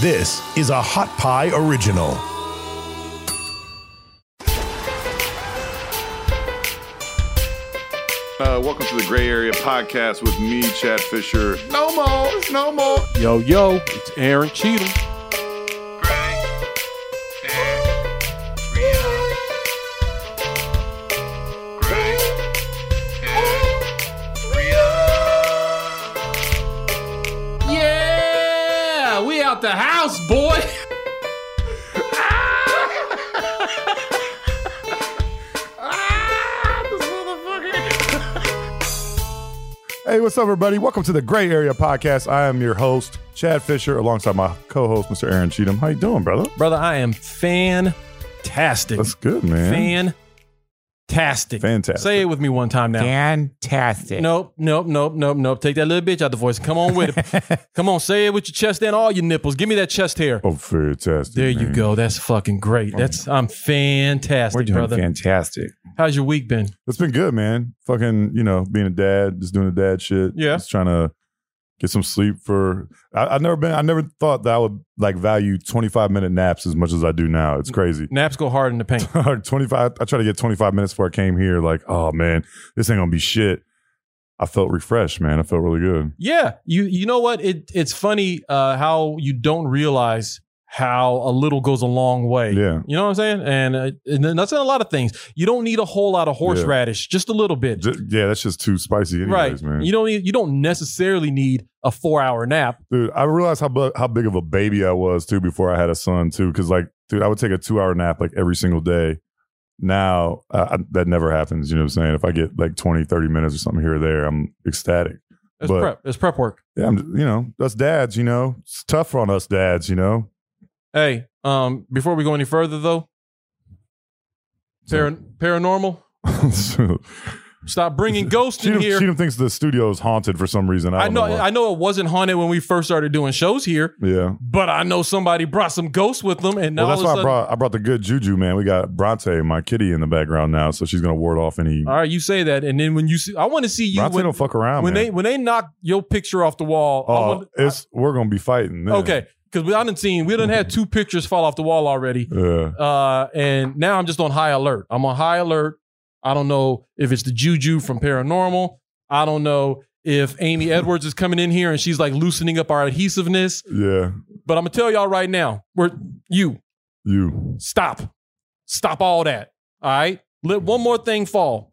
This is a Hot Pie Original. Uh, welcome to the Gray Area Podcast with me, Chad Fisher. No more, it's no more. Yo, yo, it's Aaron Cheatham. Yeah, we out the house, boy. Ah, Hey, what's up, everybody? Welcome to the Gray Area Podcast. I am your host, Chad Fisher, alongside my co-host, Mr. Aaron Cheatham. How you doing, brother? Brother, I am fantastic. That's good, man. Fantastic. Fantastic. Say it with me one time now. Fantastic. Nope, nope, nope, nope, nope. Take that little bitch out the voice. Come on with it. Come on, say it with your chest and all your nipples. Give me that chest hair. oh, fantastic. There you man. Oh, go. That's fucking great. That's I'm fantastic, We're doing brother. fantastic. How's your week been? It's been good, man. Fucking, you know, being a dad, just doing the dad shit. Yeah. Just trying to get some sleep for. I, I've never been. I never thought that I would like value twenty five minute naps as much as I do now. Mm. It's crazy. Naps go hard in the paint. 25 i tried to get 25 minutes before i came here like oh man this ain't gonna be shit i felt refreshed man i felt really good Yeah, you you know what? It it's funny uh, how you don't realize how a little goes a long way. Yeah. you know what I'm saying? And uh, and then that's in a lot of things. You don't need a whole lot of horseradish, just a little bit, Ju- yeah that's just too spicy anyways right? man You don't need, you don't necessarily need a four hour nap. dude i realized how, bu- how big of a baby i was too before i had a son too because like dude i would take a two hour nap like every single day now uh, I, that never happens you know what i'm saying if i get like 20 30 minutes or something here or there i'm ecstatic It's But- prep. It's prep work. yeah i'm you know us dads you know it's tougher on us dads you know Hey, um, before we go any further though, para- paranormal, so, stop bringing ghosts in Cheatham, here. Cheatham thinks the studio is haunted for some reason. I, I don't know, know why. I know it wasn't haunted when we first started doing shows here, yeah. but I know somebody brought some ghosts with them, and now well, that's all why of a I sudden, brought I brought the good juju, man. We got Bronte, my kitty, in the background now, so she's gonna ward off any. all right, you say that, and then when you see, I want to see you Bronte when, don't fuck around, when man. they when they knock your picture off the wall. I oh, wanna- it's we're gonna be fighting. I- okay, because we I done seen we done had two pictures fall off the wall already, Yeah. uh, and now I'm just on high alert. I'm on high alert. I don't know if it's the juju from paranormal. I don't know if Amy Edwards is coming in here and she's like loosening up our adhesiveness. Yeah. But I'm gonna tell y'all right now, we're you You. stop, stop all that. All right, let one more thing fall.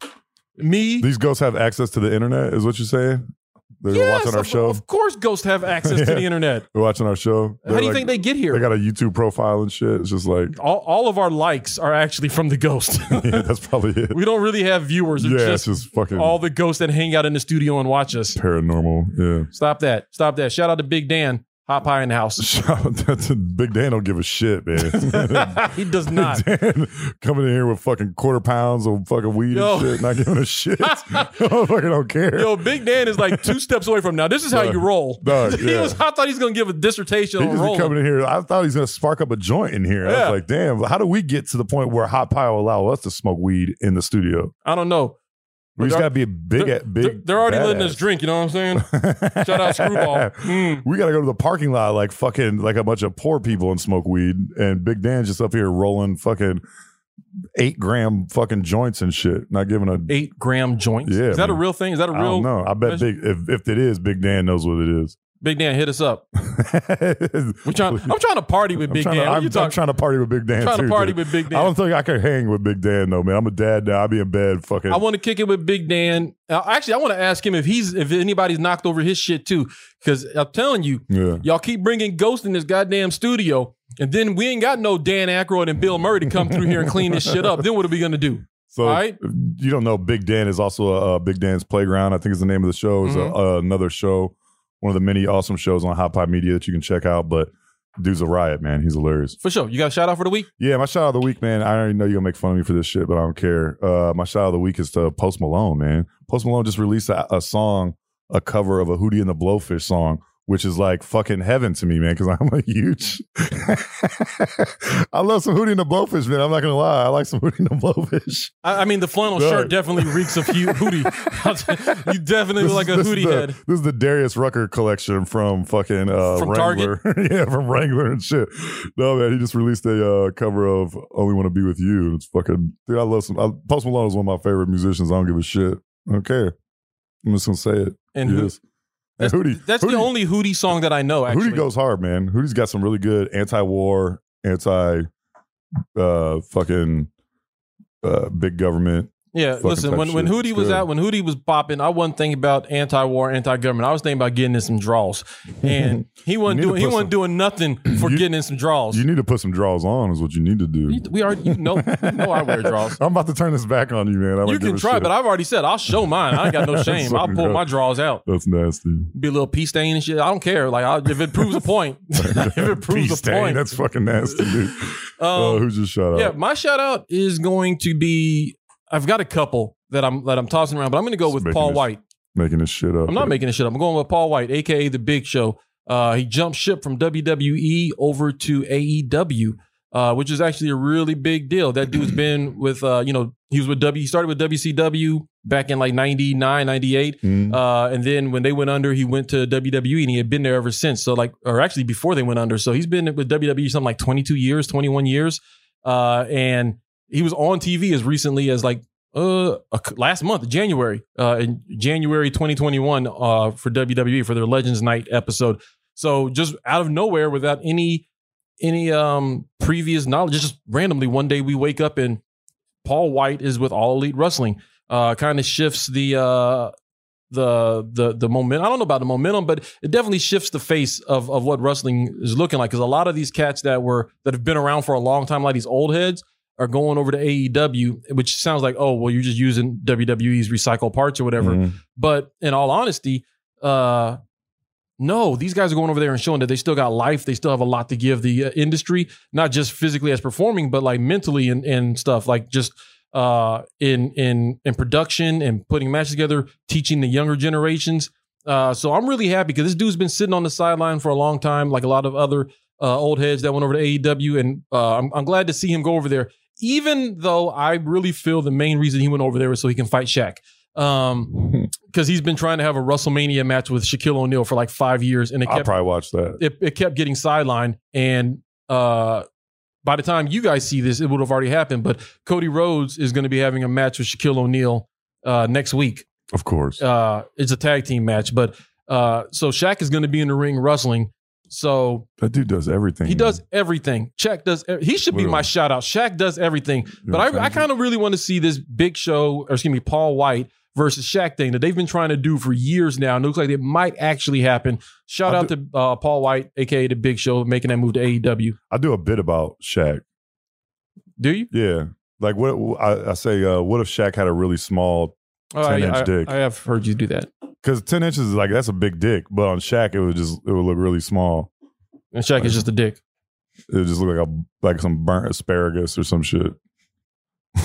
Me, These ghosts have access to the internet, is what you're saying? They're watching our of, show. Of course, ghosts have access to the Yeah. internet. They're watching our show. How They're do you like- think they get here? They got a YouTube profile and shit. It's just like all, all of our likes are actually from the ghost. yeah, that's probably it. we don't really have viewers. They're yeah, just, it's just fucking all the ghosts that hang out in the studio and watch us. paranormal. Yeah. Stop that. Stop that. Shout out to Big Dan. Hot pie in the house. Shout out to Big Dan. Don't give a shit, man. he does not. Dan coming in here with fucking quarter pounds of fucking weed Yo. and shit, not giving a shit. I fucking don't care. Yo, Big Dan is like two steps away from now. This is how you roll. Dog, he yeah. was, I thought he was going to give a dissertation he on just be rolling. coming in here. I thought he was gonna spark up a joint in here. I Yeah. was like, damn, how do we get to the point where Hot Pie will allow us to smoke weed in the studio? I don't know. We But just they're- gotta be a big, they're, at they're- big. they're already letting us badass. drink. You know what I'm saying? Shout out Screwball. Mm. We gotta go to the parking lot like fucking like a bunch of poor people and smoke weed. And Big Dan's just up here rolling fucking eight gram fucking joints and shit, not giving a Eight gram joints. Yeah, is that a man. real thing? Is that a I don't real? know. I bet That's- Big if, if it is, Big Dan knows what it is. Big Dan, hit us up. We're trying, I'm trying to party with I'm Big trying Dan. To, What I'm, you I'm talking? trying to party with Big Dan. trying to too, party dude. with Big Dan. I don't think I could hang with Big Dan though, man. I'm a dad now. I'll be in bed fucking. I want to kick it with Big Dan. Uh, Actually, I want to ask him if he's if anybody's knocked over his shit too. Because I'm telling you, yeah. y'all keep bringing Ghost in this goddamn studio, and then we ain't got no Dan Aykroyd and Bill Murray to come through here and clean this shit up. Then what are we gonna do? So All right. you don't know Big Dan is also a, uh Big Dan's Playground. I think is the name of the show. It's a- Mm-hmm. uh, another show, one of the many awesome shows on Hot Pie Media that you can check out. But dude's a riot, man. He's hilarious. For sure. You got a shout out for the week? Yeah, my shout out of the week, man. I already know you're gonna make fun of me for this shit, but I don't care. Uh, my shout out of the week is to Post Malone, man. Post Malone just released a, a song, a cover of a Hootie and the Blowfish song which is like fucking heaven to me, man, because I'm a huge. I love some Hootie and the Blowfish, man. I'm not gonna lie, I like some Hootie and the Blowfish. I, I mean, the flannel Dog. shirt definitely reeks of hu- hootie. you definitely look like a is- hootie is the, head. This is the Darius Rucker collection from fucking uh, From Wrangler. yeah, from Wrangler and shit. No man, he just released a uh, cover of "Only Want to Be with You." and It's fucking dude. I love some. I, Post Malone is one of my favorite musicians. I don't give a shit. I don't care. I'm just gonna say it. And He who- is. And Hootie. that's Hootie- the only hootie song that I know. Actually, Hootie goes hard, man. Hootie's got some really good anti-war, anti uh fucking uh big government. Yeah, Fucking listen. type When when shit. Hootie It's was good. out, when Hootie was popping, I wasn't thinking about anti-war, anti-government. I was thinking about getting in some draws, and he wasn't You need to doing he put wasn't some- doing nothing for You- getting in some draws. You need to put some draws on is what you need to do. You- we are you know you know I wear draws. I'm about to turn this back on you, man. I don't You give can a try, shit. but I've already said I'll show mine. I ain't got no shame. I'll Fucking pull go. my draws out. That's nasty. Be a little pea stain and shit. I don't care. Like I, if it proves a point, if it proves Peace a Dang, point. That's fucking nasty, dude. oh, Um, who's just shut yeah, up? my shout out is going to be. I've got a couple that I'm that I'm tossing around, but I'm going to go with Making Paul this- White. Making this shit up. I'm not making this shit up. I'm going with Paul White, aka the Big Show. Uh, he jumped ship from WWE over to AEW, uh, which is actually a really big deal. That dude's been with, uh, you know, he was with W. He started with WCW back in like '99, '98. Mm. Uh, and then when they went under, he went to WWE and he had been there ever since. So like, or actually before they went under. So he's been with WWE something like 22 years, 21 years. Uh, and he was on TV as recently as like, uh, a c- last month, January, uh, in January 2021, uh, for WWE for their Legends Night episode. So just out of nowhere, without any any um previous knowledge, just randomly one day we wake up and Paul White is with All Elite Wrestling. Uh, kind of shifts the uh the the the momentum. I don't know about the momentum, but it definitely shifts the face of of what wrestling is looking like. Because a lot of these cats that were that have been around for a long time, like these old heads, are going over to AEW, which sounds like oh well, you're just using WWE's recycled parts or whatever. Mm. But in all honesty, uh, no, these guys are going over there and showing that they still got life. They still have a lot to give the uh, industry, not just physically as performing, but like mentally and, and stuff like just uh, in in in production and putting matches together, teaching the younger generations. Uh, so I'm really happy because this dude's been sitting on the sideline for a long time, like a lot of other uh, old heads that went over to AEW, and uh, I'm, I'm glad to see him go over there. Even though I really feel the main reason he went over there was so he can fight Shaq. Um, Mm-hmm. because he's been trying to have a WrestleMania match with Shaquille O'Neal for like five years, and it I'll kept probably watch that. it, it kept getting sidelined. And uh, by the time you guys see this, it would have already happened. But Cody Rhodes is going to be having a match with Shaquille O'Neal uh, next week. Of course. Uh, it's a tag team match, but uh, so Shaq is going to be in the ring wrestling. So that dude does everything. he man. does everything. Shaq does. ev- He should be Mm-hmm. my Literally. shout out. Shaq does everything. You know But what I'm I, I saying? kind of really want to see this Big Show, or excuse me, Paul White versus Shaq thing that they've been trying to do for years now, and it looks like it might actually happen. Shout I out to uh, Paul White, aka the Big Show, making that move to E AEW. I do a bit about Shaq. Do you? Yeah. Like what I, I say, uh, what if Shaq had a really small Oh, I, 10-inch I- dick. I have heard you do that. because ten inches is like that's a big dick, but on Shaq it would just it would look really small. And Shaq is just a dick. It would just look like a like some burnt asparagus or some shit.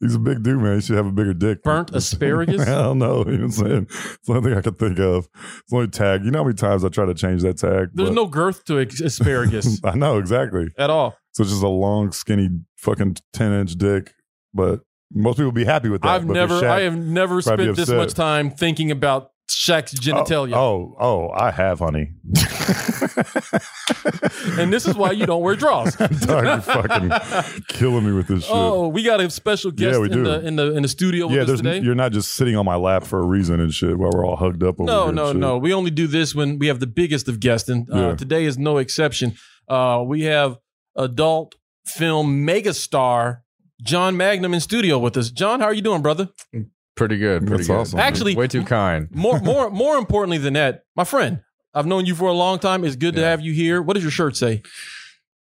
He's a big dude, man. He should have a bigger dick. Burnt asparagus? I don't know. You know what I'm saying? It's the only thing I could think of. It's the only tag. You know how many times I try to change that tag? There's But- no girth to ex- asparagus I know exactly. at all. So it's just a long, skinny, fucking ten inch dick. But most people be happy with that. I've But for never, Shaq- I have never probably spent this upset. much time thinking about Shaq's genitalia. Oh, oh, oh, I have, honey. And this is why you don't wear draws. Dog, you're fucking killing me with this shit. Oh, we got a special guest Yeah, we do. in the in the in the studio yeah, with us there's, today. you're not just sitting on my lap for a reason and shit while we're all hugged up. Over here no, and no, shit. no. We only do this when we have the biggest of guests, and uh, Yeah. today is no exception. Uh, we have adult film megastar John Magnum in studio with us. John, how are you doing, brother? Pretty good. Pretty That's good. awesome. Actually- way too kind. More, more, more importantly than that, my friend. I've known you for a long time. It's good to Yeah. have you here. What does your shirt say?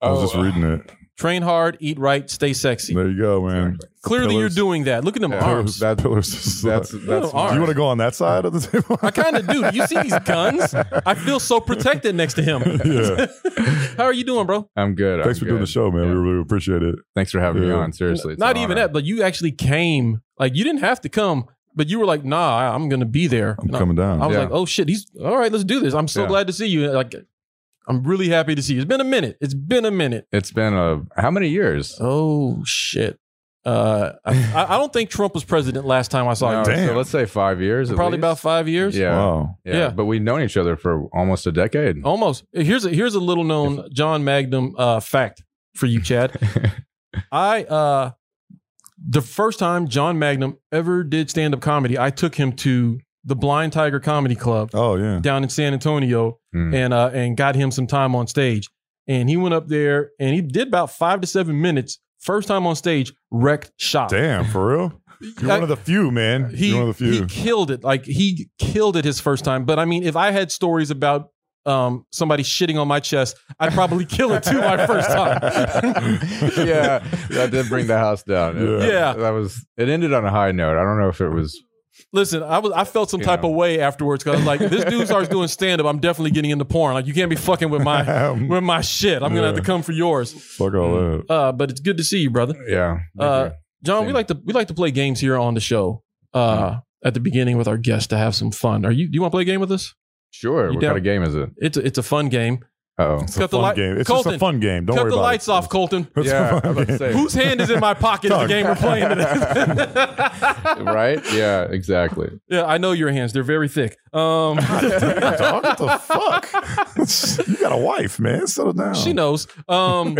I was just Oh, uh, reading it. Train hard, eat right, stay sexy. There you go, man. Exactly. Clearly, you're Pillars. doing that. Look at them Yeah. Pillars, arms. that pillars. That's Little that's arms. Do you want to go on that side of the table? I kind of do. Do you see these guns? I feel so protected next to him. Yeah. How are you doing, bro? I'm good. Thanks for I'm doing good. the show, man. Yeah. We really appreciate it. Thanks for having me Yeah. on. Seriously, it's not an even honor. that, but you actually came. Like you didn't have to come. but you were like, nah, I- I'm gonna be there. I'm And I- coming I, down. was Yeah. like, oh shit, he's all right. Let's do this. I'm so Yeah. glad to see you. Like, I'm really happy to see you. It's been a minute. It's been a minute. It's been a how many years? Oh shit. Uh, I, I- I don't think Trump was president last time I saw No, him. so Damn. let's say five years. at Probably least. about five years. Yeah. Wow. Yeah, Yeah. Oh. but we've known each other for almost a decade. Almost. Here's a here's a little known John Magnum uh, fact for you, Chad. I uh the first time John Magnum ever did stand up comedy, I took him to the Blind Tiger Comedy Club Oh yeah. down in San Antonio Mm. and uh and got him some time on stage. And he went up there and he did about five to seven minutes. First time on stage, wrecked shop. Damn, for real. You're I- one of the few, man. he, You're one of the he few. killed it. Like he killed it his first time. But I mean, if I had stories about um, somebody shitting on my chest, I'd probably kill it too my first time. yeah, that did bring the house down. It- Yeah. that was. It ended on a high note. I don't know if it was. Listen, I was I felt some You type know. of way afterwards because like this dude starts doing stand up, I'm definitely getting into porn. Like you can't be fucking with my with my shit. I'm gonna have to Yeah. come for yours. Fuck all that. Uh, but it's good to see you, brother. Yeah, Uh, John, we Same. like to we like to play games here on the show. Uh, Mm. at the beginning with our guests to have some fun. Are you do you want to play a game with us? sure. you What down- kind of game is it? It's a, it's a fun game. Oh, It's Cut a the fun light- game. It's just Colton, a fun game. Don't Cut worry the about lights it. off, Colton. It's a fun Yeah, I'm about to game. say. Whose hand is in my pocket is the Tug. game we're playing today. right. Yeah, exactly. yeah, I know your hands. They're very thick. Um, Dog, what the fuck? you got a wife, man. Settle down. she knows. Um,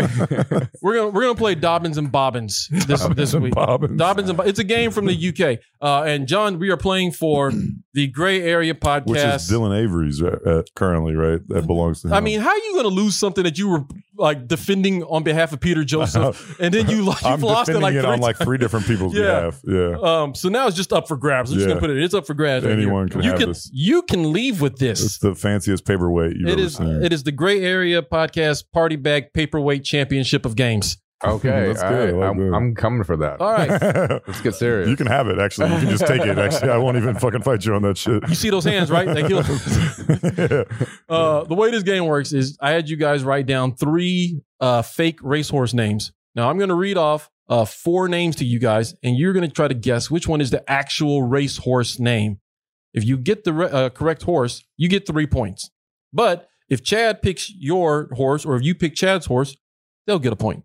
we're gonna we're gonna play Dobbins and Bobbins this this week. Bobbins. Dobbins and Bob- it's a game from the UK. Uh, and John, we are playing for the Gray Area podcast. Which is Dylan Avery's uh, uh, currently, right? That belongs to him. I mean, how are you going to lose something that you were like defending on behalf of Peter Joseph, and then you like, I'm you've lost it defending like it three on like three different people's Yeah. behalf. Yeah. Um, so now it's just up for grabs. I'm just Yeah. gonna put it. It's up for grabs. right Anyone here. can you have can this. you can leave with It's this. the fanciest paperweight you've It ever is uh, seen. it is the Gray Area Podcast Party Bag Paperweight Championship of Games. Okay, That's all good. I right. like I'm, that. I'm coming for that. All right. Let's get serious. you can have it, actually. You can just take it, actually. I won't even fucking fight you on that shit. You see those hands, right? They killed. Uh, the way this game works is I had you guys write down three uh, fake racehorse names. Now I'm going to read off uh, four names to you guys, and you're going to try to guess which one is the actual racehorse name. If you get the re- uh, correct horse, you get three points. But if Chad picks your horse, or if you pick Chad's horse, they'll get a point.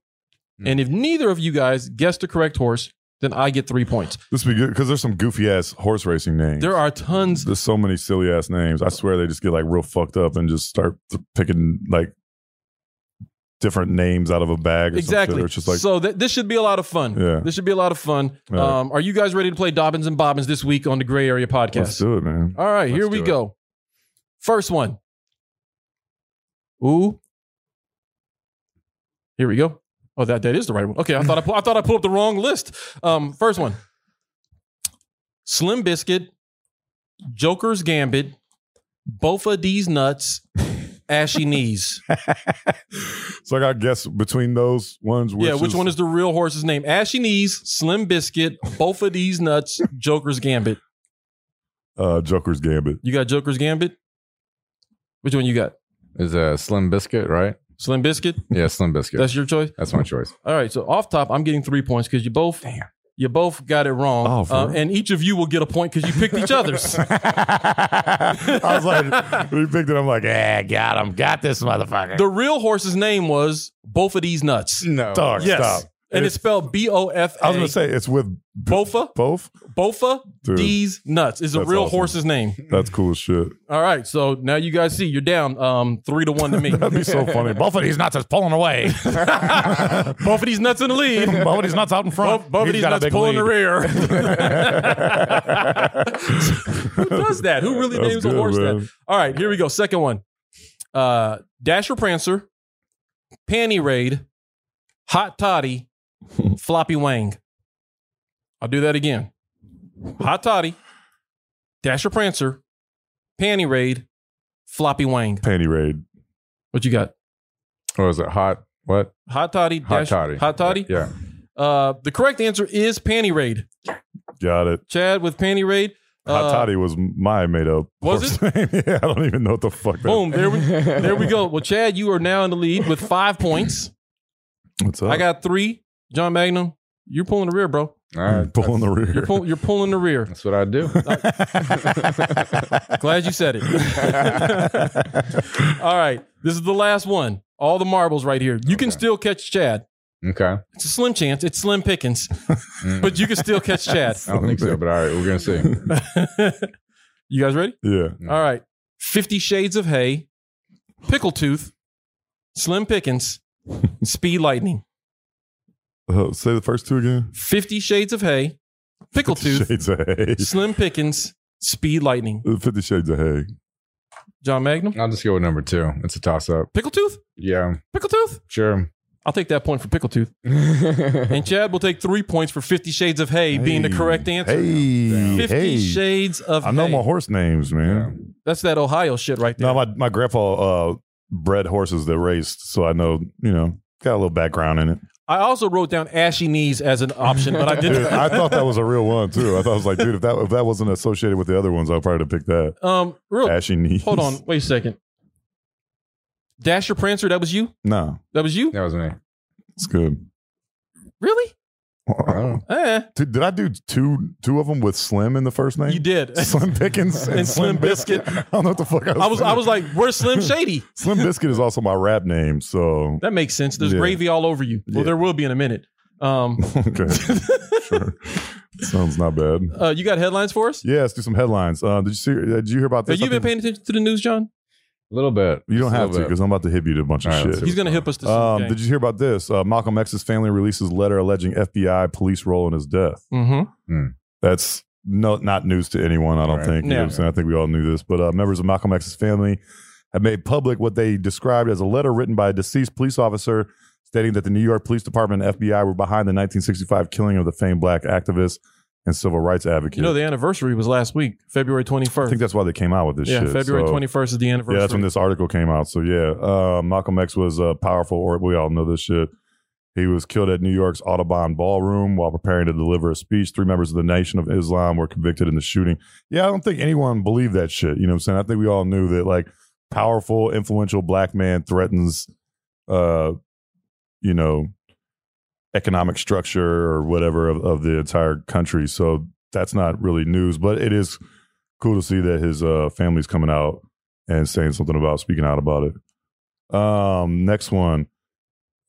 Hmm. And if neither of you guys guess the correct horse, then I get three points. This would be good because there's some goofy ass horse racing names. There are tons There's so many silly ass names. I swear they just get like real fucked up and just start th- picking like different names out of a bag. Or Exactly. Some shit. It's just like so th- this should be a lot of fun. Yeah. This should be a lot of fun. All right. Um, are you guys ready to play Dobbins and Bobbins this week on the Gray Area let's Podcast? do it, man. All right, here Let's we do it. go. First one. Ooh. Here we go. Oh, that that is the right one. Okay, I thought I, pu- I thought I pulled up the wrong list. Um, first one. Slim Biscuit, Joker's Gambit, Bofa D's Nuts, Ashy Knees. So I got to guess between those ones. Which yeah, which one is the real horse's name? Ashy Knees, Slim Biscuit, both of these nuts, Joker's Gambit. uh, Joker's Gambit? You got Joker's Gambit? Which one you got? Is a Slim Biscuit right? Slim Biscuit? Yeah, Slim Biscuit. That's, That's your choice? my choice. All right, so off top, I'm getting three points because you both you both got it wrong. Oh, for Uh, real? and each of you will get a point because you picked each other's. I was like, we picked it. I'm like, eh, got him, got this motherfucker. The real horse's name was both of these nuts. No. Dog, Yes. stop. And it's spelled B O F I was gonna A. say it's with Bofa, both. Bofa, Dude, D's nuts is the That's real awesome. horse's name. that's cool as shit. All right, so now you guys see you're down um, three to one to me. That'd be so funny. Both of these nuts is pulling away. Both of these nuts in the lead. Both of these nuts out in Both, both of these nuts pulling the rear. Who does that? Who really That's names good, a horse man. that? All right, here we go. Second one. Uh, Dasher Prancer, Panty Raid, Hot Toddy, Floppy Wang. I'll do that again. Hot Toddy, Dasher Prancer, Panty Raid, Floppy Wang. Panty raid. What you got? What was it? Hot. What? Hot Toddy, Hot Dash- toddy. Hot Toddy. Yeah. Uh, the correct answer is Panty Raid. Got it. Chad with Panty Raid. Hot Uh, Toddy was my made up. Was it? Name. Yeah, I don't even know what the fuck. That Boom. There we, there we go. Well, Chad, you are now in the lead with five points. What's up? I got three. John Magnum, you're pulling the rear, bro. All right. pulling the that's- rear. uh, You're, pull, you're pulling the rear. That's what I do. Glad you said it. All right. This is the last one. All the marbles right here. You can Okay. still catch Chad. okay. It's a slim chance. It's slim pickings, Mm. but you can still catch Chad. I don't think so, but all right, we're gonna see. you guys ready? yeah. All right. 50 Shades of Hay, Pickle Tooth, Slim Pickens, Speed Lightning. Uh, say the first two again. 50 Shades of Hay, Pickle Tooth, Shades of Hay. Slim Pickens, Speed Lightning. Fifty Shades of Hay. John Magnum. I'll just go with number two. It's a toss up. Pickle Tooth? Yeah, Pickle Tooth? sure. I'll take that point for Pickle Tooth. Damn. And Chad will take three points for 50 Shades of Hay being the Hey. correct answer. Hey, 50 hey. Shades of I know Hay. my horse names, man. That's that Ohio shit right there. No, my my grandpa uh, bred horses that raced, so I know. You know, got a little background in it. I also wrote down ashy knees as an option, but I Dude, didn't. I thought that was a real one too. I thought I was like, dude, if that if that wasn't associated with the other ones, I'd probably have picked that. um, real. Ashy knees. Hold on. Wait a second. Dasher Prancer, that was you? No, That was you? that was me. it's good. Really? Oh. Eh. Dude, did I do two two of them with Slim in the first name? You did. Slim Pickens and, And Slim Slim Biscuit. I don't know what the fuck I was. I was I thinking. was like, where's Slim Shady? Slim Biscuit is also my rap name, so That makes sense. There's Yeah. gravy all over you. Well, Yeah. there will be in a minute. Um, okay, sure. Sounds not bad. uh, you got headlines for us? Yeah, let's do some headlines. Uh, did you see? Did you hear about Have this? you I been think- paying attention to the news, John? A little bit. You don't Just a have to little bit. because I'm about to hip you to a bunch of All right, let's shit. do He's going to hip us to some Um, did you hear about this? Uh, Malcolm X's family releases letter alleging FBI police role in his death. mm-hmm. That's no, not news to anyone, I don't Right. think. You know Yeah. what I'm saying? I think we all knew this. But uh, members of Malcolm X's family have made public what they described as a letter written by a deceased police officer stating that the New York Police Department and FBI were behind the 1965 killing of the famed black activist and civil rights advocate. You know, the anniversary was last week, February I think 21st. that's why they came out with this Yeah, shit. February So- 21st is the anniversary. yeah, that's when this article came out. So yeah, uh, Malcolm X was a powerful, or we all know this shit. He was killed at New York's Audubon Ballroom while preparing to deliver a speech. Three members of the Nation of Islam were convicted in the shooting. Yeah, I don't think anyone believed that shit. You know what I'm saying? I think we all knew that like powerful, influential black man threatens, uh, you know, economic structure or whatever of, of the entire country. So that's not really news, but it is cool to see that his uh, family's coming out and saying something about speaking out about it. Um, next one.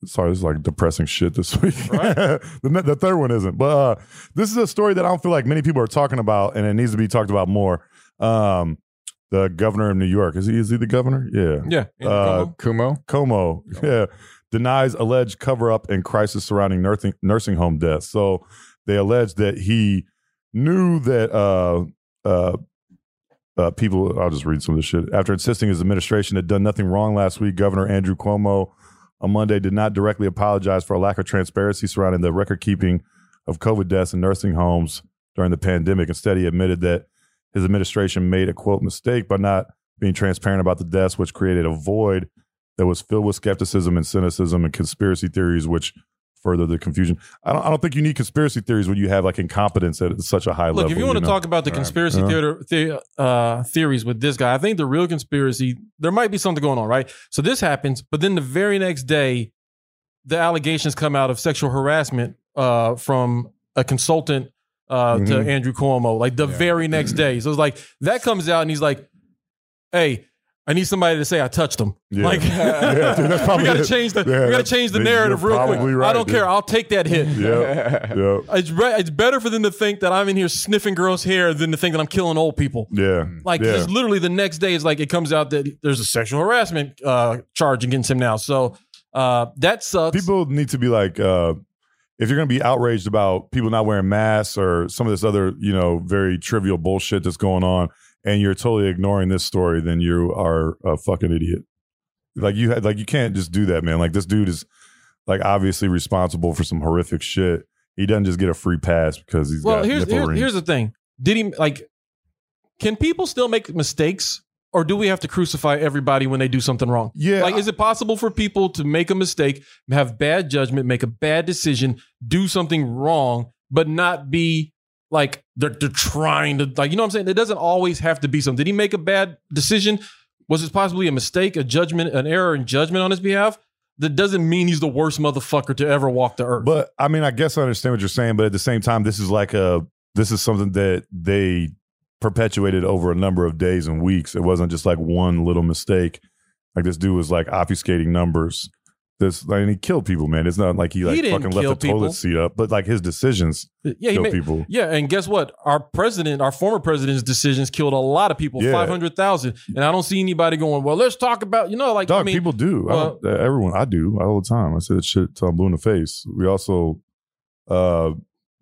Sorry, this is like depressing shit this week. Right. the, ne- the third one isn't, but uh, this is a story that I don't feel like many people are talking about, and it needs to be talked about more. Um, the governor of New York is he? Is he the governor? Yeah, Yeah. Andrew Uh, Cuomo. Kumo. Como, yeah, denies alleged cover up and crisis surrounding nursing, nursing home deaths. So they allege that he knew that uh, uh, uh, people, I'll just read some of this shit. After insisting his administration had done nothing wrong last week, Governor Andrew Cuomo on Monday did not directly apologize for a lack of transparency surrounding the record keeping of COVID deaths in nursing homes during the pandemic. Instead, he admitted that his administration made a quote mistake by not being transparent about the deaths, which created a void that was filled with skepticism and cynicism and conspiracy theories, which further the confusion. I don't, I don't think you need conspiracy theories when you have like incompetence at such a high level. Look, if you want to know? Uh-huh. talk about the Right. conspiracy Yeah. theater, the, uh, theories with this guy, I think the real conspiracy, there might be something going on, right? So this happens, but then the very next day, the allegations come out of sexual harassment uh, from a consultant uh, to Mhm. Andrew Cuomo, like the Yeah. very next day. So it's like that comes out and he's like, hey, I need somebody to say I touched him. Yeah. Like Yeah, dude, that's probably we gotta it. change the Yeah, we gotta that's- change the you're narrative real quick. probably right, I don't dude. care. I'll take that hit. Yeah. Yeah. It's, re- it's better for them to think that I'm in here sniffing girls' hair than to think that I'm killing old people. Yeah. Like, Yeah. just literally the next day, it's like it comes out that there's a sexual harassment uh, charge against him now. So uh, that sucks. people need to be like uh if you're going to be outraged about people not wearing masks or some of this other you know very trivial bullshit that's going on and you're totally ignoring this story then you are a fucking idiot like you had like you can't just do that man like this dude is like obviously responsible for some horrific shit he doesn't just get a free pass because he's well, got here's nipple here, rings. here's the thing. Did he like? Can people still make mistakes, or do we have to crucify everybody when they do something wrong? yeah Like, is it possible for people to make a mistake, have bad judgment, make a bad decision, do something wrong, but not be like they're, they're trying to, like, you know what I'm saying? It doesn't always have to be something. Did he make a bad decision? Was this possibly a mistake, a judgment, an error in judgment on his behalf? that doesn't mean he's the worst motherfucker to ever walk the earth. But I mean, I guess I understand what you're saying, but at the same time, this is like a this is something that they perpetuated over a number of days and weeks. It wasn't just like one little mistake. Like this dude was like obfuscating numbers. This like, and he killed people, man. It's not like he like didn't fucking left kill the people. toilet seat up, but like his decisions yeah, he kill made, people. yeah, and guess what? Our president, our former president's decisions killed a lot of people, Yeah. five hundred thousand, and I don't see anybody going. Well, let's talk about you know, like Dog, I mean, people do. I don't- uh, everyone, I do all the time. I say that shit till I'm blue in the face. We also, uh,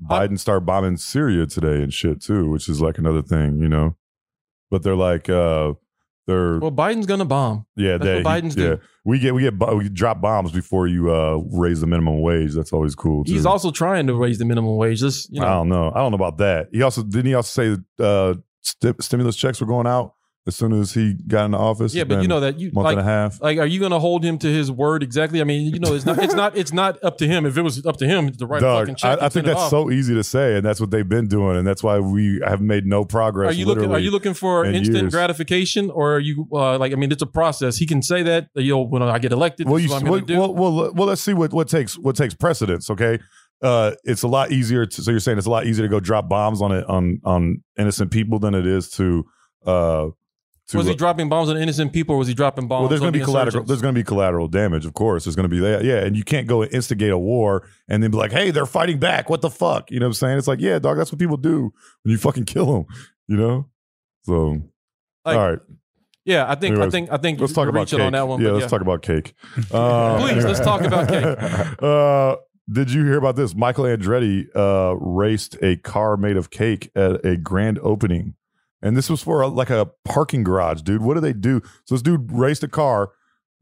Biden started bombing Syria today and shit too, which is like another thing, you know. But they're like, uh, they're well, Biden's gonna bomb. yeah, that's they, what Biden's yeah. do. We get we get bo- we drop bombs before you uh raise the minimum wage. That's always cool. Too. He's also trying to raise the minimum wage. Let's you know, I don't know. I don't know about that. He also didn't he also say uh sti- stimulus checks were going out as soon as he got into office. yeah, It's but you been know that you a month like and a half. Like, are you going to hold him to his word exactly? I mean, you know, it's not, it's not, it's not up to him. If it was up to him, to write a Doug, fucking check. I, I think and send it that's off. so easy to say, and that's what they've been doing, and that's why we have made no progress. Are you looking? Are literally. you looking for in instant years. gratification, or are you uh, like? I mean, it's a process. He can say that you know when I get elected, Well, you, this is what I'm well, going to do. well, well, well, let's see what, what takes what takes precedence. Okay, uh, it's a lot easier. To, so you're saying it's a lot easier to go drop bombs on it on on innocent people than it is to uh, to was he uh, dropping bombs on innocent people, or was he dropping bombs? well, there's going to be collateral. There's going to be collateral damage, of course. There's going to be that, yeah. And you can't go and instigate a war and then be like, "Hey, they're fighting back. What the fuck?" You know what I'm saying? It's like, yeah, dog. That's what people do when you fucking kill them. You know. So, Like, all right, Yeah, I think, I Anyways, think, I think. let's talk you're about reaching cake. on that one. yeah, but let's talk about cake. Uh, Please, let's talk about cake. uh, did you hear about this? Michael Andretti uh, raced a car made of cake at a grand opening, and this was for a, like a parking garage, dude. What do they do? So this dude raced a car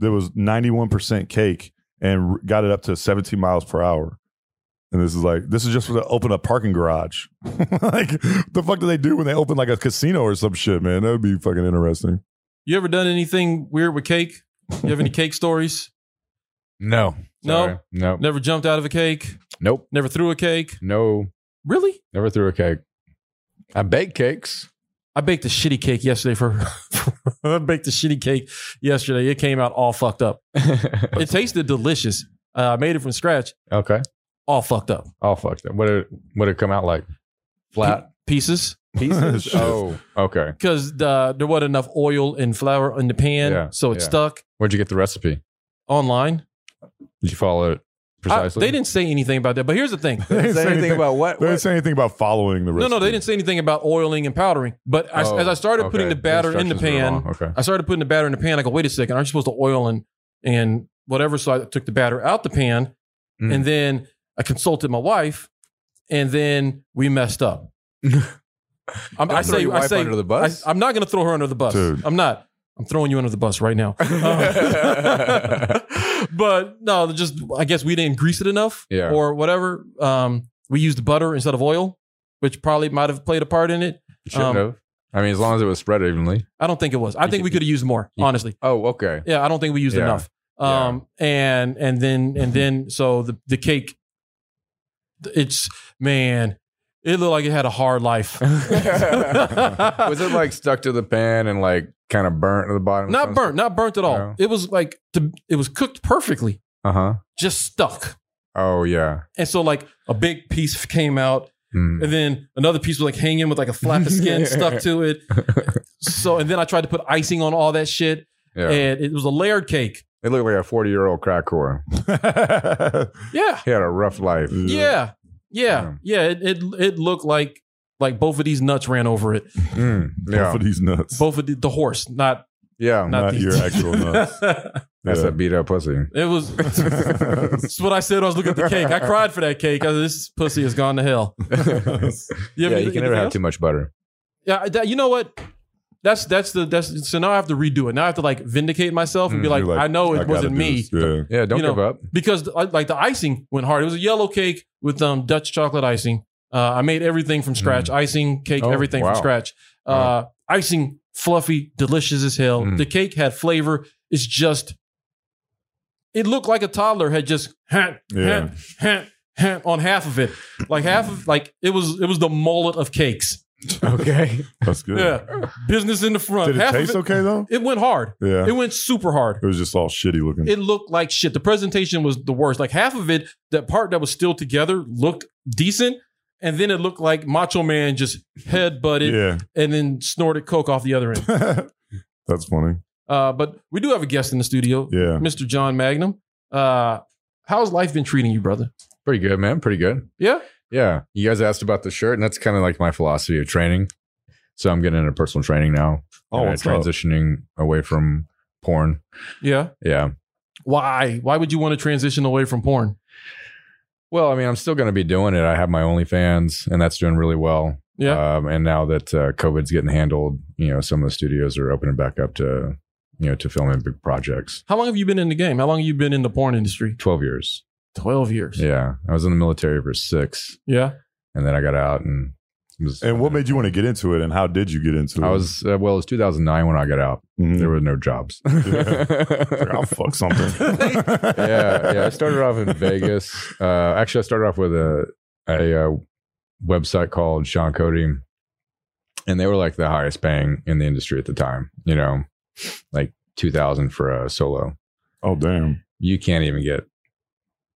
that was ninety one percent cake and r- got it up to seventeen miles per hour. And this is like this is just for to open a parking garage. like the fuck do they do when they open like a casino or some shit, man? That would be fucking interesting. You ever done anything weird with cake? You have any cake stories? No. No? Sorry. Nope. Never jumped out of a cake? Nope. Never threw a cake? No. Really? Never threw a cake. I bake cakes. I baked a shitty cake yesterday for. I baked a shitty cake yesterday. It came out all fucked up. It tasted delicious. Uh, I made it from scratch. okay. All fucked up All fucked up. What did what did it come out like? Flat pieces pieces. Shit. oh, okay. because the, there wasn't enough oil and flour in the pan, Yeah, so it yeah. stuck Where'd you get the recipe? online. Did you follow it I- precisely? they didn't say anything about that. But here's the thing: They didn't say anything- about what? They didn't say anything about following the no, recipe. no, they didn't say anything about oiling and powdering. But as, Oh, as I started putting the batter in the pan, Okay. I started putting the batter in the pan. I go, wait a second, aren't you supposed to oil and and whatever? So I took the batter out the pan, Mm. and then I consulted my wife, and then we messed up. I'm, I Don't throw say, your I wife say, under the bus? I, am not going to throw her under the bus. Dude. I'm not. I'm throwing you under the bus right um, now. Uh, but no, just I guess we didn't grease it enough, Yeah. or whatever. Um, we used butter instead of oil, which probably might have played a part in it. Shouldn't Um, have. I mean, as long as it was spread evenly. I don't think it was. I You think could- we could have used more, you- honestly. Oh, okay. Yeah, I don't think we used Yeah. enough. Um, and and then and then so the the cake, it's man, it looked like it had a hard life. was it like stuck to the pan and like kind of burnt to the bottom? not burnt, not burnt at all? No. It was like to, it was cooked perfectly, Uh huh. just stuck. Oh yeah. And so like a big piece came out, Mm. and then another piece was like hanging with like a flap of skin stuck to it. So and then I tried to put icing on all that shit, Yeah. and it was a layered cake. it looked like a forty-year-old crack whore. Yeah. He had a rough life. Yeah. Yeah. Yeah. It, it it looked like like both of these nuts ran over it. Mm. Both Yeah. of these nuts. Both of the, the horse, not Yeah. not, Not these. your actual nuts. That's Yeah. a beat up pussy. it was that's what I said. when I was looking at the cake. I cried for that cake. I was, this pussy has gone to hell. You yeah, ever- you can anything never have else? too much butter. Yeah. I- that- you know what? That's that's the that's so now I have to redo it. Now I have to like vindicate myself and be Mm, like, You're I know it gotta wasn't do me this. Yeah. Yeah, don't You know, give up. because uh, like the icing went hard. It was a yellow cake with um Dutch chocolate icing. Uh, I made everything from scratch. Mm. Icing, cake, Oh, everything wow. from scratch. Uh, icing, fluffy, delicious as hell. Mm. The cake had flavor. It's just, it looked like a toddler had just heh, Yeah. heh, heh, heh, on half of it. Like half of like it was it was the mullet of cakes. Okay. That's good. Yeah, business in the front. Did it Half of taste okay though? It went hard. Yeah. It It, went super hard. was just all shitty looking. It looked like shit. The presentation was the worst. Like half of it, that part that was still together looked decent. And then it looked like Macho Man just head butted and then snorted coke off the other end. yeah. That's funny. Uh, but we do have a guest in the studio, Yeah. Mr. John Magnum. Uh, how's life been treating you, brother? Pretty good, man. Pretty good. Yeah. Yeah. You guys asked about the shirt, and that's kind of like my philosophy of training. So I'm getting into personal training now. Oh, and what's up? transitioning away from porn. Yeah. Yeah. Why? Why would you want to transition away from porn? Well, I mean, I'm still going to be doing it. I have my OnlyFans, and that's doing really well. Yeah. Um, and now that uh, COVID's getting handled, you know, some of the studios are opening back up to, you know, to filming big projects. How long have you been in the game? How long have you been in the porn industry? 12 years. 12 years. Yeah. I was in the military for six, Yeah. and then I got out and was. uh, And what made you want to get into it? And how did you get into it? I was, uh, well, it was 2009 when I got out. Mhm. There were no jobs. Like, I'll fuck something. yeah, yeah. I started off in Vegas. Uh, actually, I started off with a a uh, website called Sean Cody, and they were like the highest paying in the industry at the time. You know, like two thousand for a solo. Oh damn. You can't even get,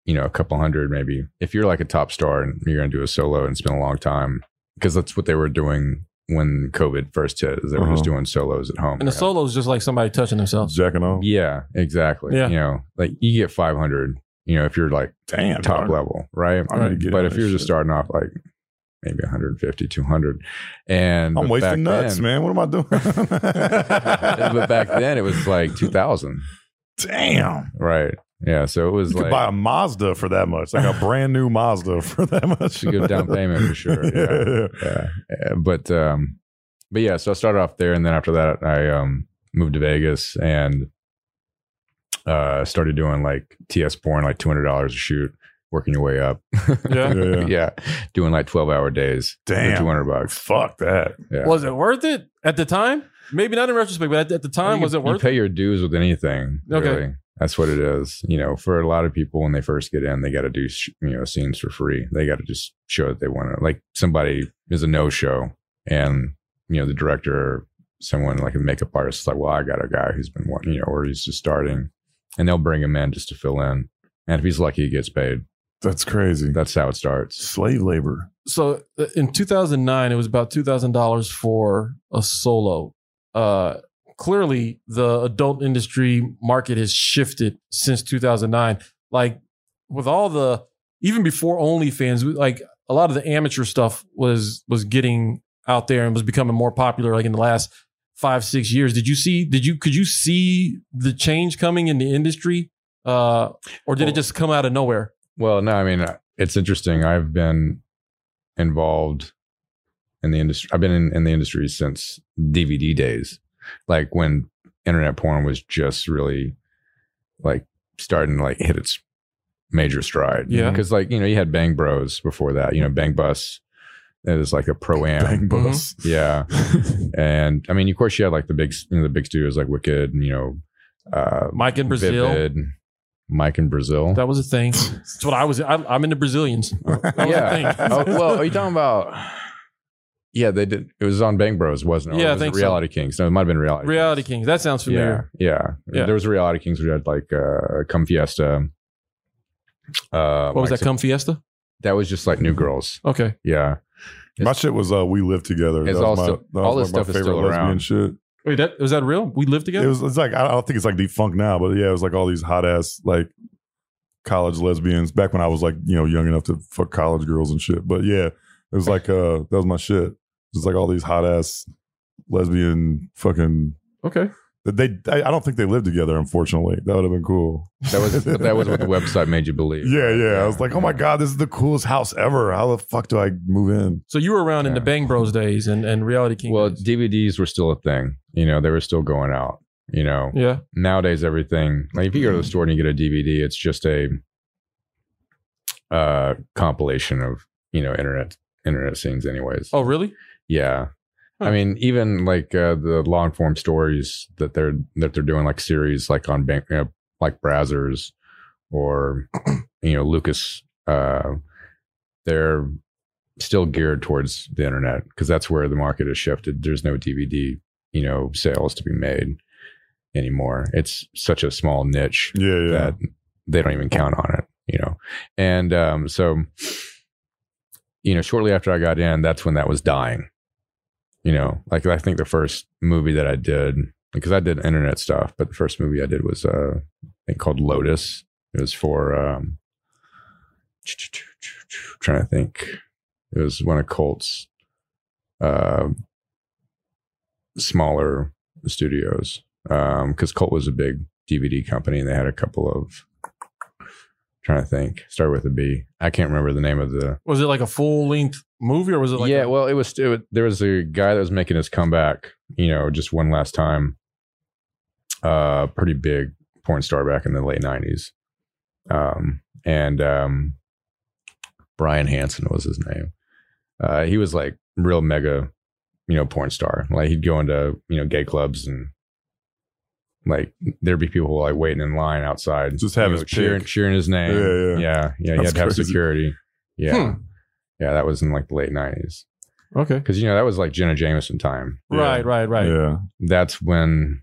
you know, a couple hundred maybe if you're like a top star and you're going to do a solo and spend a long time because that's what they were doing when COVID first hit. Is they were just Uh-huh. doing solos at home. And the Yeah. solo is just like somebody touching themselves. Jacking off. Yeah, exactly. Yeah. You know, like you get 500, you know, if you're like Damn. top dog. level, right? I need to get But on if that you're just shit. starting off like maybe 150, 200, and I'm but back wasting nuts, then- man. What am I doing? but back then it was like 2000, damn. right? Yeah. So it was You could like buy a Mazda for that much, like a brand new Mazda for that much. it's a good down payment for sure. Yeah. yeah. Uh, But, um, but yeah, so I started off there. And then after that, I, um, moved to Vegas and, uh, started doing like TS porn, like $200 a shoot, working your way up. Yeah. Yeah. yeah. Doing like 12 hour days. for Damn. 200 bucks. Fuck that. Yeah. Was it worth it at the time? Maybe not in retrospect, but at, at the Well, time, you- Uh, was it worth You it? pay your dues with anything. Okay. Really. That's what it is. You know, for a lot of people, when they first get in, they got to do, sh- you know, scenes for free. They got to just show that they want to, like, somebody is a no show and, you know, the director, or someone like a makeup artist is like, well, I got a guy who's been wanting, you know, or he's just starting and they'll bring him in just to fill in. And if he's lucky, he gets paid. That's crazy. That's how it starts. slave labor. So uh, in 2009, it was about $2,000 for a solo. Uh, clearly, the adult industry market has shifted since 2009. Like, with all the, even before OnlyFans, we- like a lot of the amateur stuff was was getting out there and was becoming more popular like in the last five six years did you see did you could you see the change coming in the industry uh or did it Well- just come out of nowhere Well, no, I mean, uh, it's interesting. I've been involved in the industry. I've been in, in the industry since DVD days, like when internet porn was just really like starting to like hit its major stride. Yeah. Cause like, you know, you had Bang Bros before that, you know, Bang Bus. That is like a pro am. Bang bus. Mm-hmm. Yeah. and I mean, of course, you had like the big, you know, the big studios like Wicked and, you know, uh, mike in brazil Vivid, Mike in Brazil. That was a thing. That's what I was. I'm, I'm into Brazilians. That was yeah. a thing. oh, well, are you talking about? Yeah, they did. It was on Bang Bros, wasn't it? Or Yeah, I was it think so. Reality Kings. No, it might have been Reality. Reality Kings. Kings. That sounds Yeah, familiar. yeah, Yeah. There was Reality Kings. We had like uh, Come Fiesta. Uh, What was like that? Come Fiesta. That was just like New Girls. Okay. Yeah, My shit was uh, we live together. It's That was all my- still- that was all this like my stuff is favorite still lesbian around. Shit. Wait, that was that real? We lived It together. was. It's like I I don't think it's like defunct now, but yeah, it was like all these hot ass like college lesbians back when I was like you know young enough to fuck college girls and shit. But yeah, it was like uh that was my shit. It was like all these hot ass lesbian fucking. okay. That they I, I don't think they lived together. Unfortunately, that would have been cool. that was that was what the website made you believe. Yeah, yeah. I was Yeah, like, oh my yeah. god, this is the coolest house ever. How the fuck do I move in? So you were around in the Yeah. Bang Bros days and, and Reality Kings. Well, days. DVDs were still a thing. You know, they were still going out. You know, yeah. nowadays everything like if you go to the store and you get a DVD, it's just a uh compilation of you know internet internet scenes anyways. Oh, really? Yeah. Huh. I mean, even like uh, the long form stories that they're that they're doing like series like on bank you know, like Brazzers or you know Lucas uh they're still geared towards the internet because that's where the market has shifted. There's no DVD, you know, sales to be made anymore. It's such a small niche Yeah, yeah. that they don't even count on it, you know. And um, so, you know, shortly after I got in, that's when that was dying. You know, like I think the first movie that I did because I did internet stuff, but the first movie I did was uh, I think called Lotus. It was for um, trying to think. It was one of Colt's uh, smaller studios because Colt was a big DVD company and they had a couple of trying to think start with a B. I can't remember the name of the Was it like a full length movie or was it like uh, yeah. a- well, it was, it was- there was a guy that was making his comeback, you know, just one last time. Uh, pretty big porn star back in the late nineties, um, and um, Brian Hansen was his name. Uh, he was like real mega, you know, porn star. Like he'd go into you know gay clubs and like there'd be people like waiting in line outside, Just have you his know, cheering, pick. cheering his name. Yeah, yeah. yeah, yeah. You That's had to have crazy. security. Yeah, Hmm. yeah. That was in like the late nineties okay. because you know that was like Jenna Jameson time. Right, right, right. Yeah. That's when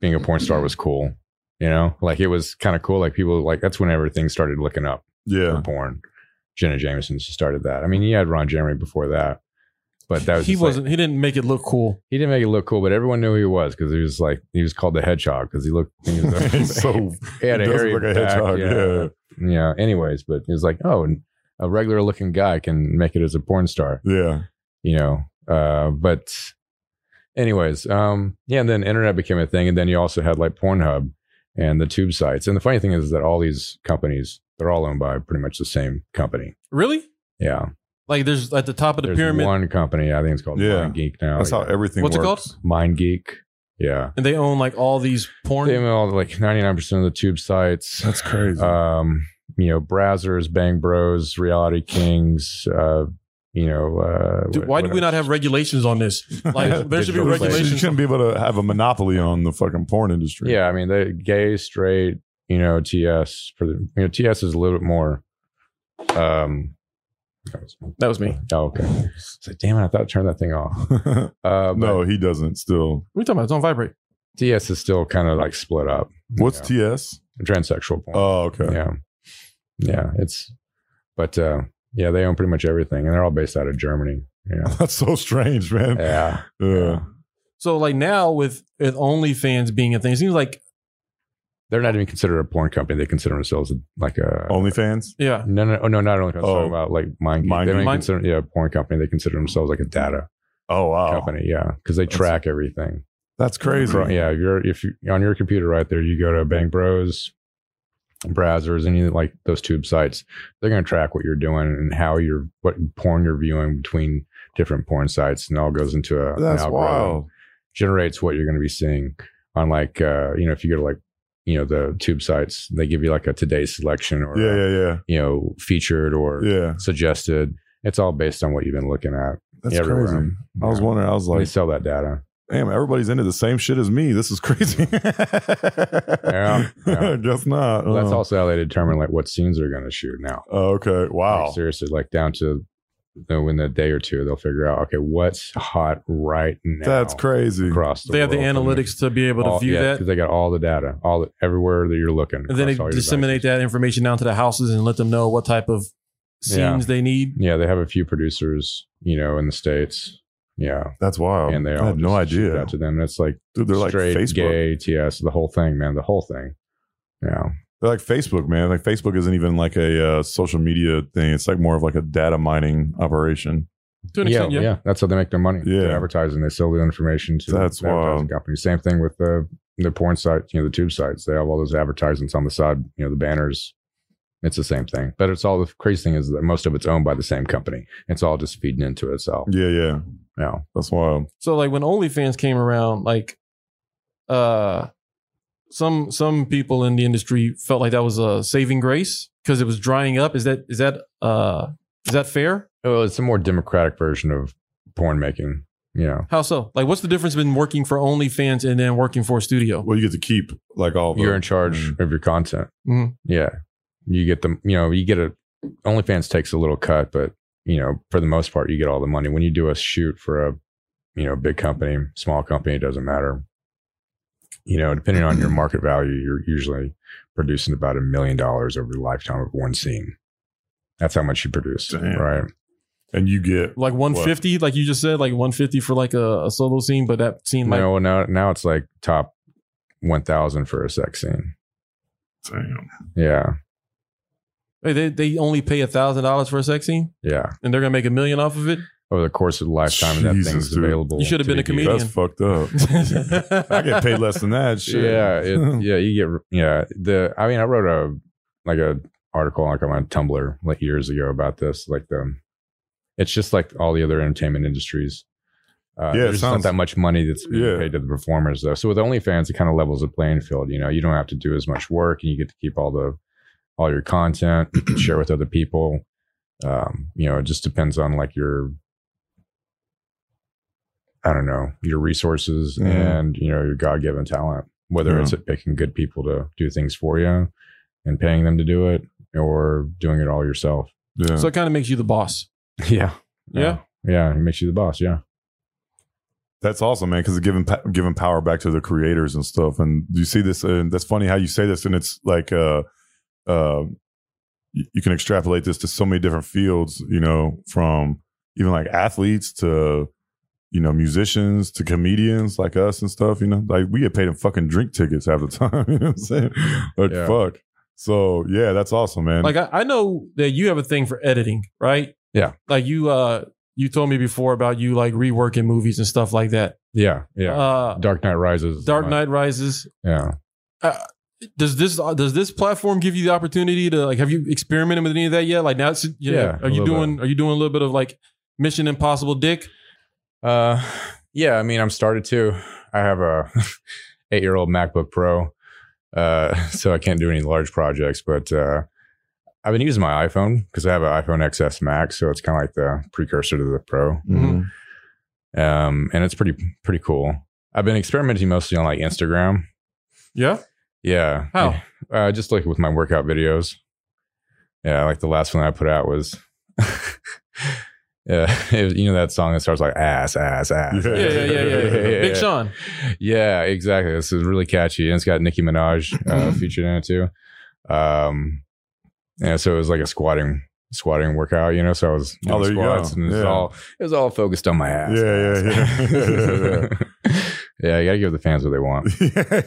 being a porn star was cool. You know, like it was kind of cool. Like people like that's when everything started looking up Yeah. for porn. Jenna Jameson started that. I mean, he had Ron Jeremy before that, but that was he just, like, wasn't he didn't make it look cool. he didn't make it look cool, but everyone knew who he was because he was like he was called the Hedgehog because he looked. He was He's so he had a He does hairy look like a back, hedgehog, Yeah. yeah. Anyways, but he was like, oh, and a regular looking guy can make it as a porn star. yeah. you know uh but anyways um yeah and then internet became a thing and then you also had like pornhub and the tube sites and the funny thing is that all these companies they're all owned by pretty much the same company Really? yeah Like there's at the top of the there's pyramid one company i think it's called Yeah. mind geek now That's how yeah. everything What's it works. called? mind geek yeah and they own like all these porn they own all like 99% of the tube sites That's crazy. um you know brazzers bang bros reality kings uh you know uh Dude, what- why do what we not else? have regulations on this? Like there should be Digital You regulations. shouldn't be able to have a monopoly on the fucking porn industry. Yeah, I mean, the gay, straight, you know, TS for the you know TS is a little bit more. Um, That was me. oh, okay. It's like, damn it! I thought I turned that thing off. Uh, no, he doesn't. Still, What are you talking about? Don't vibrate. but TS is still kind of like split up. what's Yeah. TS? Transsexual porn. Oh, okay. yeah, yeah. It's, but uh, yeah, they own pretty much everything, and they're all based out of Germany. Yeah, That's so strange, man. Uh, yeah. Yeah. So like now with with OnlyFans being a thing, it seems like They're not even considered a porn company. They consider themselves like a OnlyFans. yeah. no, no, oh, no, not only. I'm Oh. talking about like mind. Mind mind they don't Geek. even Mind- consider yeah a porn company. They consider themselves like a data Oh wow, company. Yeah, because they That's- track everything. that's crazy. Pro- yeah, you're if you on your computer right there, you go to Bang Bros, browsers, any of, like those tube sites. They're going to track what you're doing and how you're what porn you're viewing between different porn sites, and all goes into a an that's algorithm, wild. Generates what you're going to be seeing on like uh, you know if you go to like you know the tube sites, they give you like a today's selection or Yeah, uh, yeah, you know featured or yeah, yeah. suggested. It's all based on what you've been looking at. That's everywhere. crazy. I was Yeah. wondering. I was they like, sell that data. damn, everybody's into the same shit as me. This is crazy. yeah, yeah. guess not. Well, Uh-huh. that's Uh, also how they determine like what scenes they're going to shoot now. oh, okay. Wow. Like, seriously, like down to you know, in a day or two, they'll figure out okay what's hot right now. that's crazy. Across the They have the world. analytics to be able All- to view yeah, that. 'cause they got all the data, all the, everywhere that you're looking. And then they across all your disseminate that information down to the houses and let them know what type of scenes Yeah. they need. devices. Yeah, they have a few producers, you know, in the states. Yeah, That's wild. and they all I had no just shoot idea. that to them. That's like Dude, they're like straight Facebook. gay, TS, the whole thing, man, the whole thing. Yeah, They're like Facebook, man. Like Facebook isn't even like a uh, social media thing. It's like more of like a data mining operation. To an extent, yeah. That's how they make their money. Yeah. They're advertising. They sell the information to That's the advertising wild. company. Same thing with the the porn site, you know, the tube sites. They have all those advertisements on the side, you know, the banners. It's the same thing. But it's all the crazy thing is that most of it's owned by the same company. It's all just feeding into itself. Yeah, yeah. Yeah. That's wild. So like when OnlyFans came around, like uh some some people in the industry felt like that was a saving grace because it was drying up. Is that is that uh is that fair? Well, it's a more democratic version of porn making. You know. How so? Like what's the difference between working for OnlyFans and then working for a studio? Well, you get to keep like all. The, You're in charge Mm. Mm-hmm. of your content. Mhm. Yeah. You get the you know, you get a OnlyFans takes a little cut, but you know, for the most part, you get all the money. When you do a shoot for a, you know, big company, small company, it doesn't matter. You know, depending on your market value, you're usually producing about a million dollars over the lifetime of one scene. That's how much you produce, Damn. right? and you get Like 150, like you just said, like 150 for like a, a solo scene, but that scene might No, now now it's like top one thousand for a sex scene. damn. Yeah, Hey, they, they only pay a thousand dollars for a sex scene yeah. and they're gonna make a million off of it. Over the course of the lifetime, of that Jesus, thing's dude. available. You should have to been a be viewed. comedian. That's fucked up. I get paid less than that. Shit. Yeah, it, yeah, you get yeah. The I mean, I wrote a like a article like on my Tumblr like years ago about this. Like the, it's just like all the other entertainment industries. Uh, Yeah, it there's sounds- not that much money that's being Yeah. paid to the performers though. So with OnlyFans, it kind of levels the playing field. You know, you don't have to do as much work, and you get to keep all the all your content, you can share with other people. Um, you know, it just depends on like your I don't know, your resources Mhm. and, you know, your God given talent, whether it's at picking good people to do things for you and paying them to do it or doing it all yourself. yeah. so it kind of makes you the boss. Yeah. Yeah. Yeah. It makes you the boss. Yeah. That's awesome, man. Because giving pa- giving power back to the creators and stuff, and you see this, and that's funny how you say this, and it's like, uh, uh, y- you can extrapolate this to so many different fields, you know, from even like athletes to, you know, musicians to comedians like us and stuff. You know, like we get paid in fucking drink tickets half the time. you know what I'm saying? Like Yeah. fuck. So yeah, that's awesome, man. Like I, I know that you have a thing for editing, right? Yeah. Like you uh you told me before about you like reworking movies and stuff like that. Yeah. Yeah. Uh Dark Knight Rises. Dark Knight Rises. uh, Yeah. Does this uh, does this platform give you the opportunity to like have you experimented with any of that yet? Like now it's yeah. Yeah, are a you little doing are you doing a little bit of like Mission Impossible Dick? Uh, yeah, I mean, I'm started to. I have a eight year old MacBook Pro, uh, so I can't do any large projects. But uh, I've been using my iPhone because I have an iPhone XS Max, so it's kind of like the precursor to the Pro, Mhm. um, and it's pretty pretty cool. I've been experimenting mostly on like Instagram. Yeah. Yeah, How? Uh, just like with my workout videos. Yeah, like the last one I put out was. Yeah, it was- you know that song that starts like ass, ass, ass. mm-hmm. Yeah, yeah, yeah, yeah. yeah. Yeah, Big yeah. Sean. Yeah, exactly. This is really catchy, and it's got Nicki Minaj uh, featured in it too. Um, yeah, so it was like a squatting squatting workout, you know. So I was doing Oh, there you go. squats, and it was Yeah. all it was all focused on my ass. Yeah, yeah, ass. yeah. Yeah, Yeah, you gotta give the fans what they want. yeah, yeah, yeah,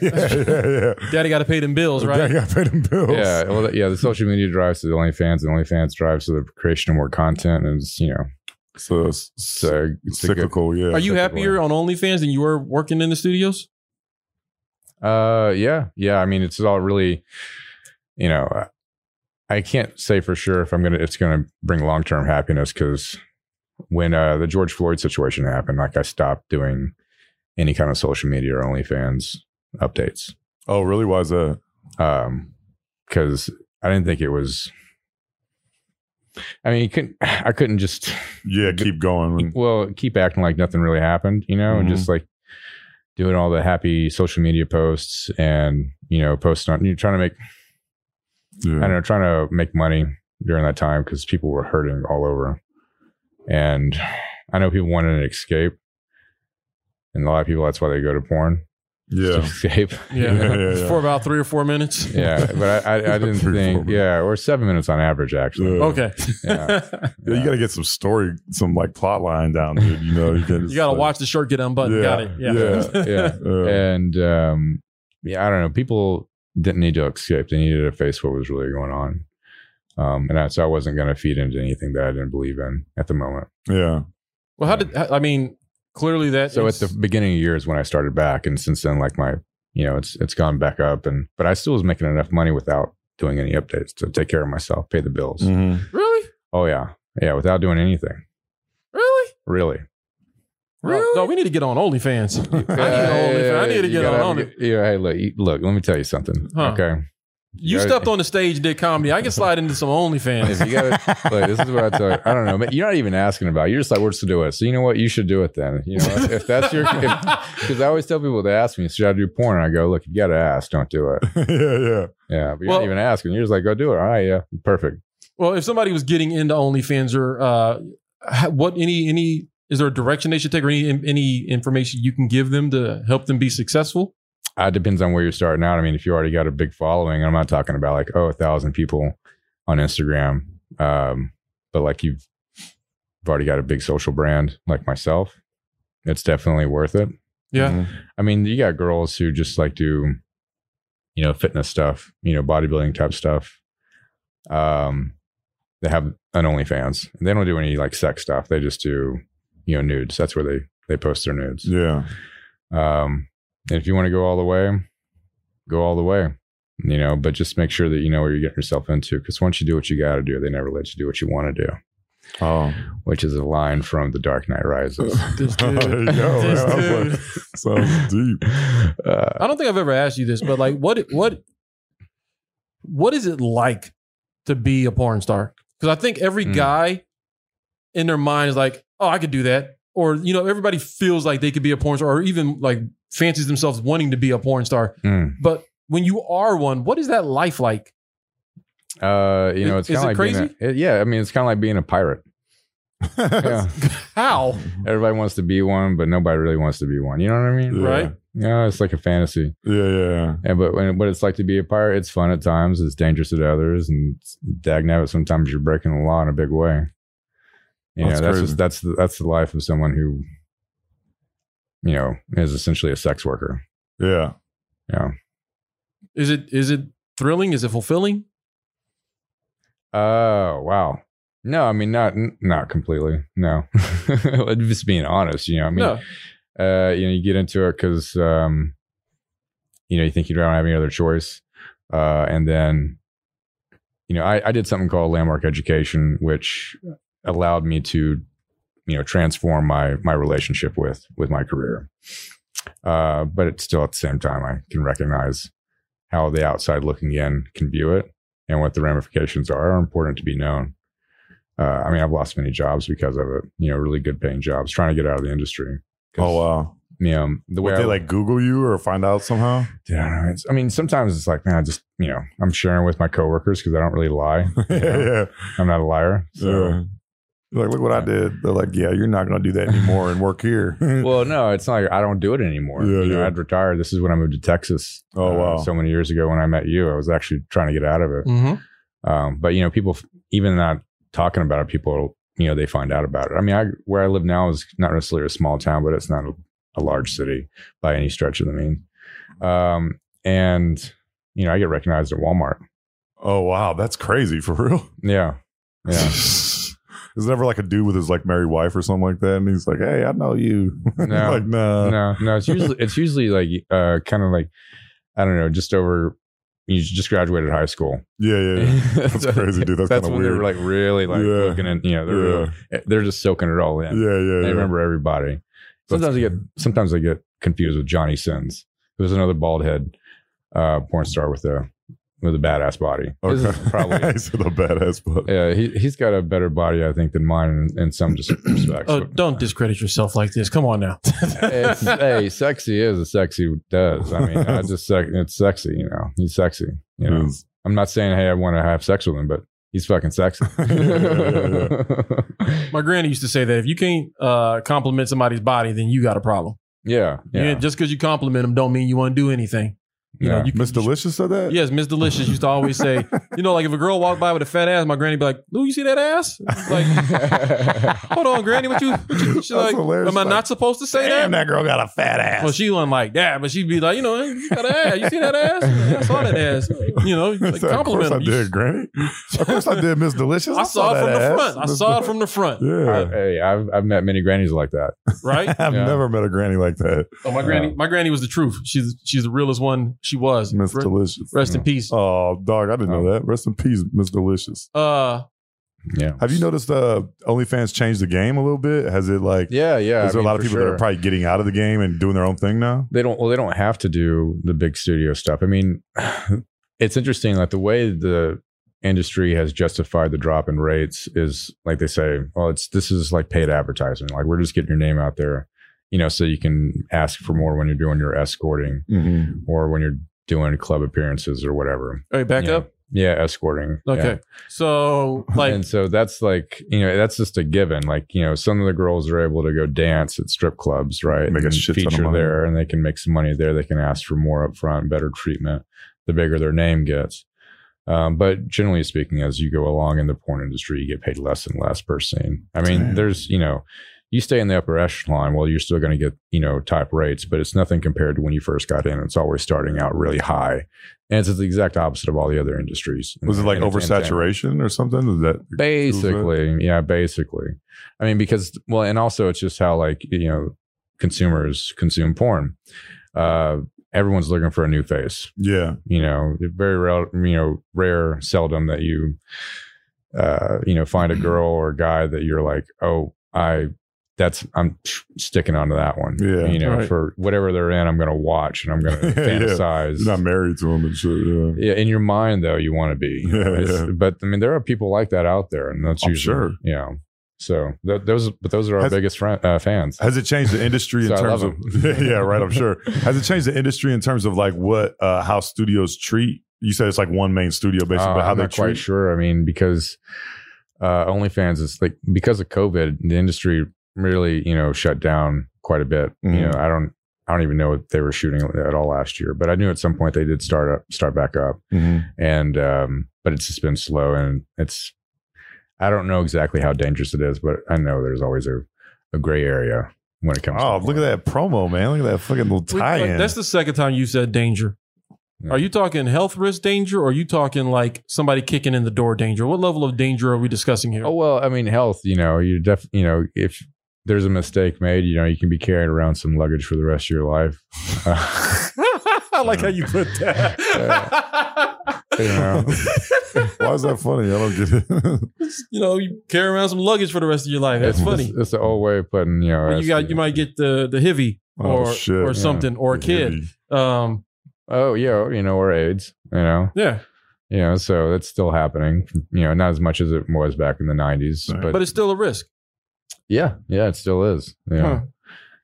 yeah. Daddy got to pay them bills, right? Yeah, I paid them bills. Yeah, well, that- yeah. The social media drives to the OnlyFans, and OnlyFans drives to the creation of more content, and it's, you know, So it's, it's, it's a, it's a good- cyclical. yeah. Are you Second happier on OnlyFans than you were working in the studios? Uh, yeah, yeah. I mean, it's all really, you know, I I can't say for sure if I'm gonna it's gonna bring long term happiness because when uh, the George Floyd situation happened, like I stopped doing any kind of social media or OnlyFans updates Oh, really? Why is that? um because I didn't think it was. I mean, you couldn't. I couldn't just Yeah, keep going. well keep acting like nothing really happened you know and Mhm. just like doing all the happy social media posts and you know posting on you're trying to make i Yeah. don't know trying to make money during that time because people were hurting all over and i know people wanted an escape and a lot of people that's why they go to porn to Yeah. escape Yeah, Yeah. yeah, yeah. For about three or four minutes. yeah but i i, I didn't Three, four think minutes. yeah or seven minutes on average actually Yeah. Okay. Yeah. Yeah, you got to get some story, some like plot line down, dude. You know, you, can't you just, got to like- watch the shirt get unbuttoned. Yeah. Got it. Yeah. Yeah. yeah Yeah. and um, yeah, I don't know. People didn't need to escape; they needed to face what was really going on. Um, and I, so I wasn't going to feed into anything that I didn't believe in at the moment. yeah. Well, how did how- I mean? Clearly, that So at is- the beginning of the year is when I started back, and since then, like my, you know, it's it's gone back up, and but I still was making enough money without doing any updates to take care of myself, pay the bills. Mhm. really, Oh yeah, yeah, without doing anything really, really. really. No, we need to get on OnlyFans. I need, Hey, an OnlyFans. I need to you get gotta on have it. a- Yeah, hey, look, you- look. Let me tell you something. Huh. Okay, You Yeah. stepped on the stage, did comedy. I can slide into some If OnlyFans. you gotta- Like, this is what I tell you. I don't know. man, You're not even asking about. it. You're just like, we're just to do it. So you know what? You should do it then. You know, if if that's your, because I always tell people they ask me, should I do porn? And I go, look, if you got to ask, don't do it. yeah. Yeah. Yeah, but you're Well- not even asking. You're just like, go do it. All right, yeah, perfect. Well, if somebody was getting into OnlyFans or uh, ha- what any any is there a direction they should take or any any information you can give them to help them be successful? Uh, it depends on where you're starting out. I mean, if you already got a big following, I'm not talking about like, oh, a thousand people on Instagram. Um, but like you've, you've already got a big social brand like myself, it's definitely worth it. Yeah. Mhm. I mean, you got girls who just like do, you know, fitness stuff, you know, bodybuilding type stuff. Um, they have an OnlyFans. They don't do any like sex stuff. They just do, you know, nudes. That's where they they post their nudes. Yeah. Um, and if you want to go all the way, go all the way. You know, but just make sure that you know what you're getting yourself into. Because once you do what you got to do, they never let you do what you want to do, Oh. which is a line from The Dark Knight Rises. This dude. there you go. man. I This was dude. like, sounds deep. Uh, I don't think I've ever asked you this, but like, what what what is it like to be a porn star? Because I think every Mm. guy in their mind is like, oh, I could do that, or you know, everybody feels like they could be a porn star, or even like fancies themselves wanting to be a porn star. mm. But when you are one, what is that life like? Uh, you know, Is- it's is kind of it like being a- crazy? it- yeah, I mean, it's kind of like being a pirate. Yeah, How? everybody wants to be one, but nobody really wants to be one. You know what I mean? Yeah. Right? Yeah, it's like a fantasy. Yeah, yeah. And but when, what it's like to be a pirate, it's fun at times. It's dangerous at others, and it's- dagnabbit, sometimes you're breaking the law in a big way. You That's know, that's crazy. just, that's the, that's the life of someone who, you know, is essentially a sex worker. Yeah. Yeah. Is it is it thrilling? Is it fulfilling? Oh wow. No, I mean not n- not completely. No, just being honest. You know, I mean, no. uh, you know, you get into it because, um, you know, you think you don't have any other choice. Uh, and then, you know, I, I did something called landmark education, which allowed me to, you know, transform my, my relationship with, with my career. Uh, but it's still at the same time, I can recognize how the outside looking in can view it and what the ramifications are, are important to be known. Uh, I mean, I've lost many jobs because of it, you know, really good paying jobs, trying to get out of the industry. 'Cause- Oh wow. you know the way Would I, they like Google you or find out somehow? Dude, I, don't know. It's- I mean sometimes it's like man I just you know I'm sharing with my coworkers because I don't really lie yeah. yeah. I'm not a liar so Yeah. You're like, look what I did. They're like, yeah, you're not going to do that anymore and work here. well no it's not like I don't do it anymore Yeah, you know yeah. I'd retired this is when I moved to Texas uh, Oh, wow. so many years ago when I met you I was actually trying to get out of it Mm-hmm. hmm um, but you know people f- even not talking about it people you know they find out about it I mean I where I live now is not necessarily a small town but it's not a, a large city by any stretch of the mean um, and you know I get recognized at Walmart oh wow, that's crazy for real. yeah yeah. Is never like a dude with his like married wife or something like that, and he's like, "Hey, I know you." No. like, nah. no, no. It's usually it's usually like uh, kind of like I don't know, just over. You just graduated high school. Yeah, yeah, yeah. That's crazy, dude. That's that's kinda when they're weird. like really like Yeah. looking at you know they're yeah, really- they're just soaking it all yeah, in. yeah. They yeah. remember everybody. Sometimes I get sometimes I get confused with Johnny Sins, who's another bald head uh, porn star with a with a badass body. This Okay. is probably. he's the badass, but Yeah, he he's got a better body, I think, than mine in, in some just respects. Oh, But- don't discredit yourself like this. Come on now. it's, uh, hey, sexy is a sexy does. I mean, I just sec- it's sexy, you know. He's sexy. You know, Yes. I'm not saying hey, I want to have sex with him, but he's fucking sexy. Yeah, yeah, My granny used to say that if you can't uh, compliment somebody's body, then you got a problem. yeah, You yeah. ain't- just because you compliment them, don't mean you want to do anything. You know, Yeah. you can- Miss Delicious said that. Yes, Miss Delicious used to always say, you know, like if a girl walked by with a fat ass, my granny be like, "Lou, you see that ass?" Like, hold on, granny, what you? What you she's That's like, hilarious. am I Like, not supposed to say Damn, that? that girl got a fat ass. Well, she wasn't like that, but she'd be like, you know, "Hey, you got an ass. You see that ass? I saw that ass. You know, like, of course compliment. I them. You- did, Granny. Of course I did, Miss Delicious. I saw it from that the ass. front. I saw it from the front. I- Yeah. hey, I've I've met many grannies like that. Right? I've Yeah. never met a granny like that. Oh, my granny. My granny was the truth. She's she's the realest one she was. Miss Re- Delicious. Rest in peace. Oh, dog, I didn't know that. Rest in peace, Miss Delicious. Uh, Yeah, Have you noticed uh, OnlyFans changed the game a little bit? Has it like, yeah, yeah. is there I mean, a lot of for people that sure. are probably getting out of the game and doing their own thing now? they don't well they don't have to do the big studio stuff i mean it's interesting like the way the industry has justified the drop in rates is like they say well it's this is like paid advertising like we're just getting your name out there you know so you can ask for more when you're doing your escorting Mm-hmm. or when you're doing club appearances or whatever all right, back Yeah. up. yeah, escorting. yeah. Okay. So like and so that's like you know that's just a given. Like you know some of the girls are able to go dance at strip clubs, right? Make a and shit ton of feature money. there, and they can make some money there. They can ask for more up front, better treatment. The bigger their name gets, um, but generally speaking, as you go along in the porn industry, you get paid less and less per scene. I mean, Damn. there's you know. You stay in the upper echelon, well, you're still going to get, you know, top rates, but it's nothing compared to when you first got in. It's always starting out really high. And it's the exact opposite of all the other industries. Was it like Entertainment. oversaturation or something? Is that Basically, yeah, basically. I mean, because well, and also it's just how like you know consumers consume porn. Uh, everyone's looking for a new face. yeah? You know, very rare, you know, rare, seldom that you, uh, you know, find a girl or a guy that you're like, oh, I. That's I'm sticking onto that one. Yeah, you know, right. for whatever they're in, I'm gonna watch and I'm gonna Yeah. fantasize. You're not married to him and shit. Yeah. Yeah, in your mind though, you want to be. you know, Yeah, it's- yeah. But I mean, there are people like that out there, and that's I'm usually sure. you know. So th- those, but those are our Has- biggest friend, uh, fans. Has it changed the industry So in I terms love of yeah, right? I'm sure. Has it changed the industry in terms of like what uh how studios treat? You said it's like one main studio, basically, Uh, but how I'm they not quite treat. sure. I mean, because uh, OnlyFans is like because of COVID, the industry really you know shut down quite a bit. Mhm. You know, I don't, I don't even know if they were shooting at all last year, but I knew at some point they did start up, start back up. Mhm. and um but it's just been slow and it's i don't know exactly how dangerous it is but i know there's always a, a gray area when it comes Oh, to look at that promo, man! Look at that fucking little Wait, tie-in. uh, That's the second time you said danger. Yeah. Are you talking health risk danger or are you talking like somebody kicking in the door danger? What level of danger are we discussing here? oh well i mean health you know you def you know if there's a mistake made you know you can be carrying around some luggage for the rest of your life Uh, I like how you put that. you know Why is that funny? I don't get it. you know, you carry around some luggage for the rest of your life. That's it's, funny. it's, it's the old way of putting you know Or you it's got the- you might get the the hivy Oh, or shit. or Yeah. something or a kid. Um, oh yeah you know or aids you know yeah, you know so that's still happening you know not as much as it was back in the 90s Right. but but it's still a risk. Yeah, yeah, it still is. Yeah. Huh.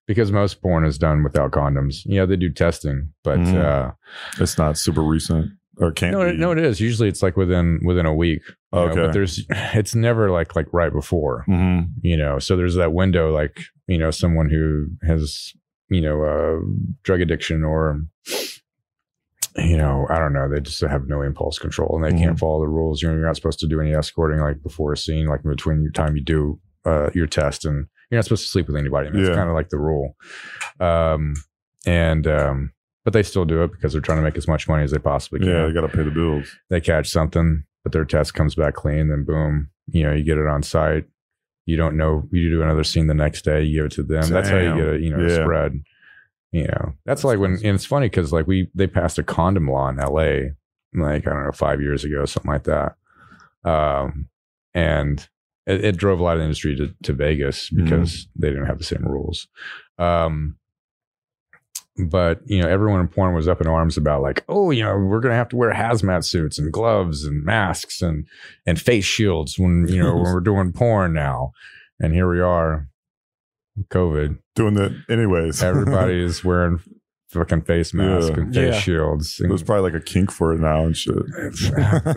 Because most porn is done without condoms. You know, they do testing, but Mm. Mhm. uh It's not super recent or can't no, it, be. no, it is. Usually it's like within within a week. you know, Okay. but there's it's never like like right before, Mhm. you know. So there's that window like, you know, someone who has, you know, uh drug addiction or you know, I don't know, they just have no impulse control and they Mm-hmm. can't follow the rules. You know, you're not supposed to do any escorting like before a scene, like in between your time you do uh your test and you're not supposed to sleep with anybody. That's Yeah. kind of like the rule. Um, and um, but they still do it because they're trying to make as much money as they possibly can. Yeah, they got to pay the bills. They catch something, but their test comes back clean, then boom, you know, you get it on site. You don't know. You do another scene the next day. You give it to them. That's how you Damn. get a you know Yeah. spread. You know, that's like when and it's funny because like we they passed a condom law in L.A. like I don't know five years ago something like that, um, and it, it drove a lot of the industry to, to Vegas Mm-hmm. because they didn't have the same rules. Um, but you know, everyone in porn was up in arms about like, oh, you know, we're gonna have to wear hazmat suits and gloves and masks and and face shields when you know when we're doing porn now. And here we are, COVID. Doing that anyways. Everybody is wearing fucking face masks Yeah. and face Yeah. shields. and- There's probably like a kink for it now and shit.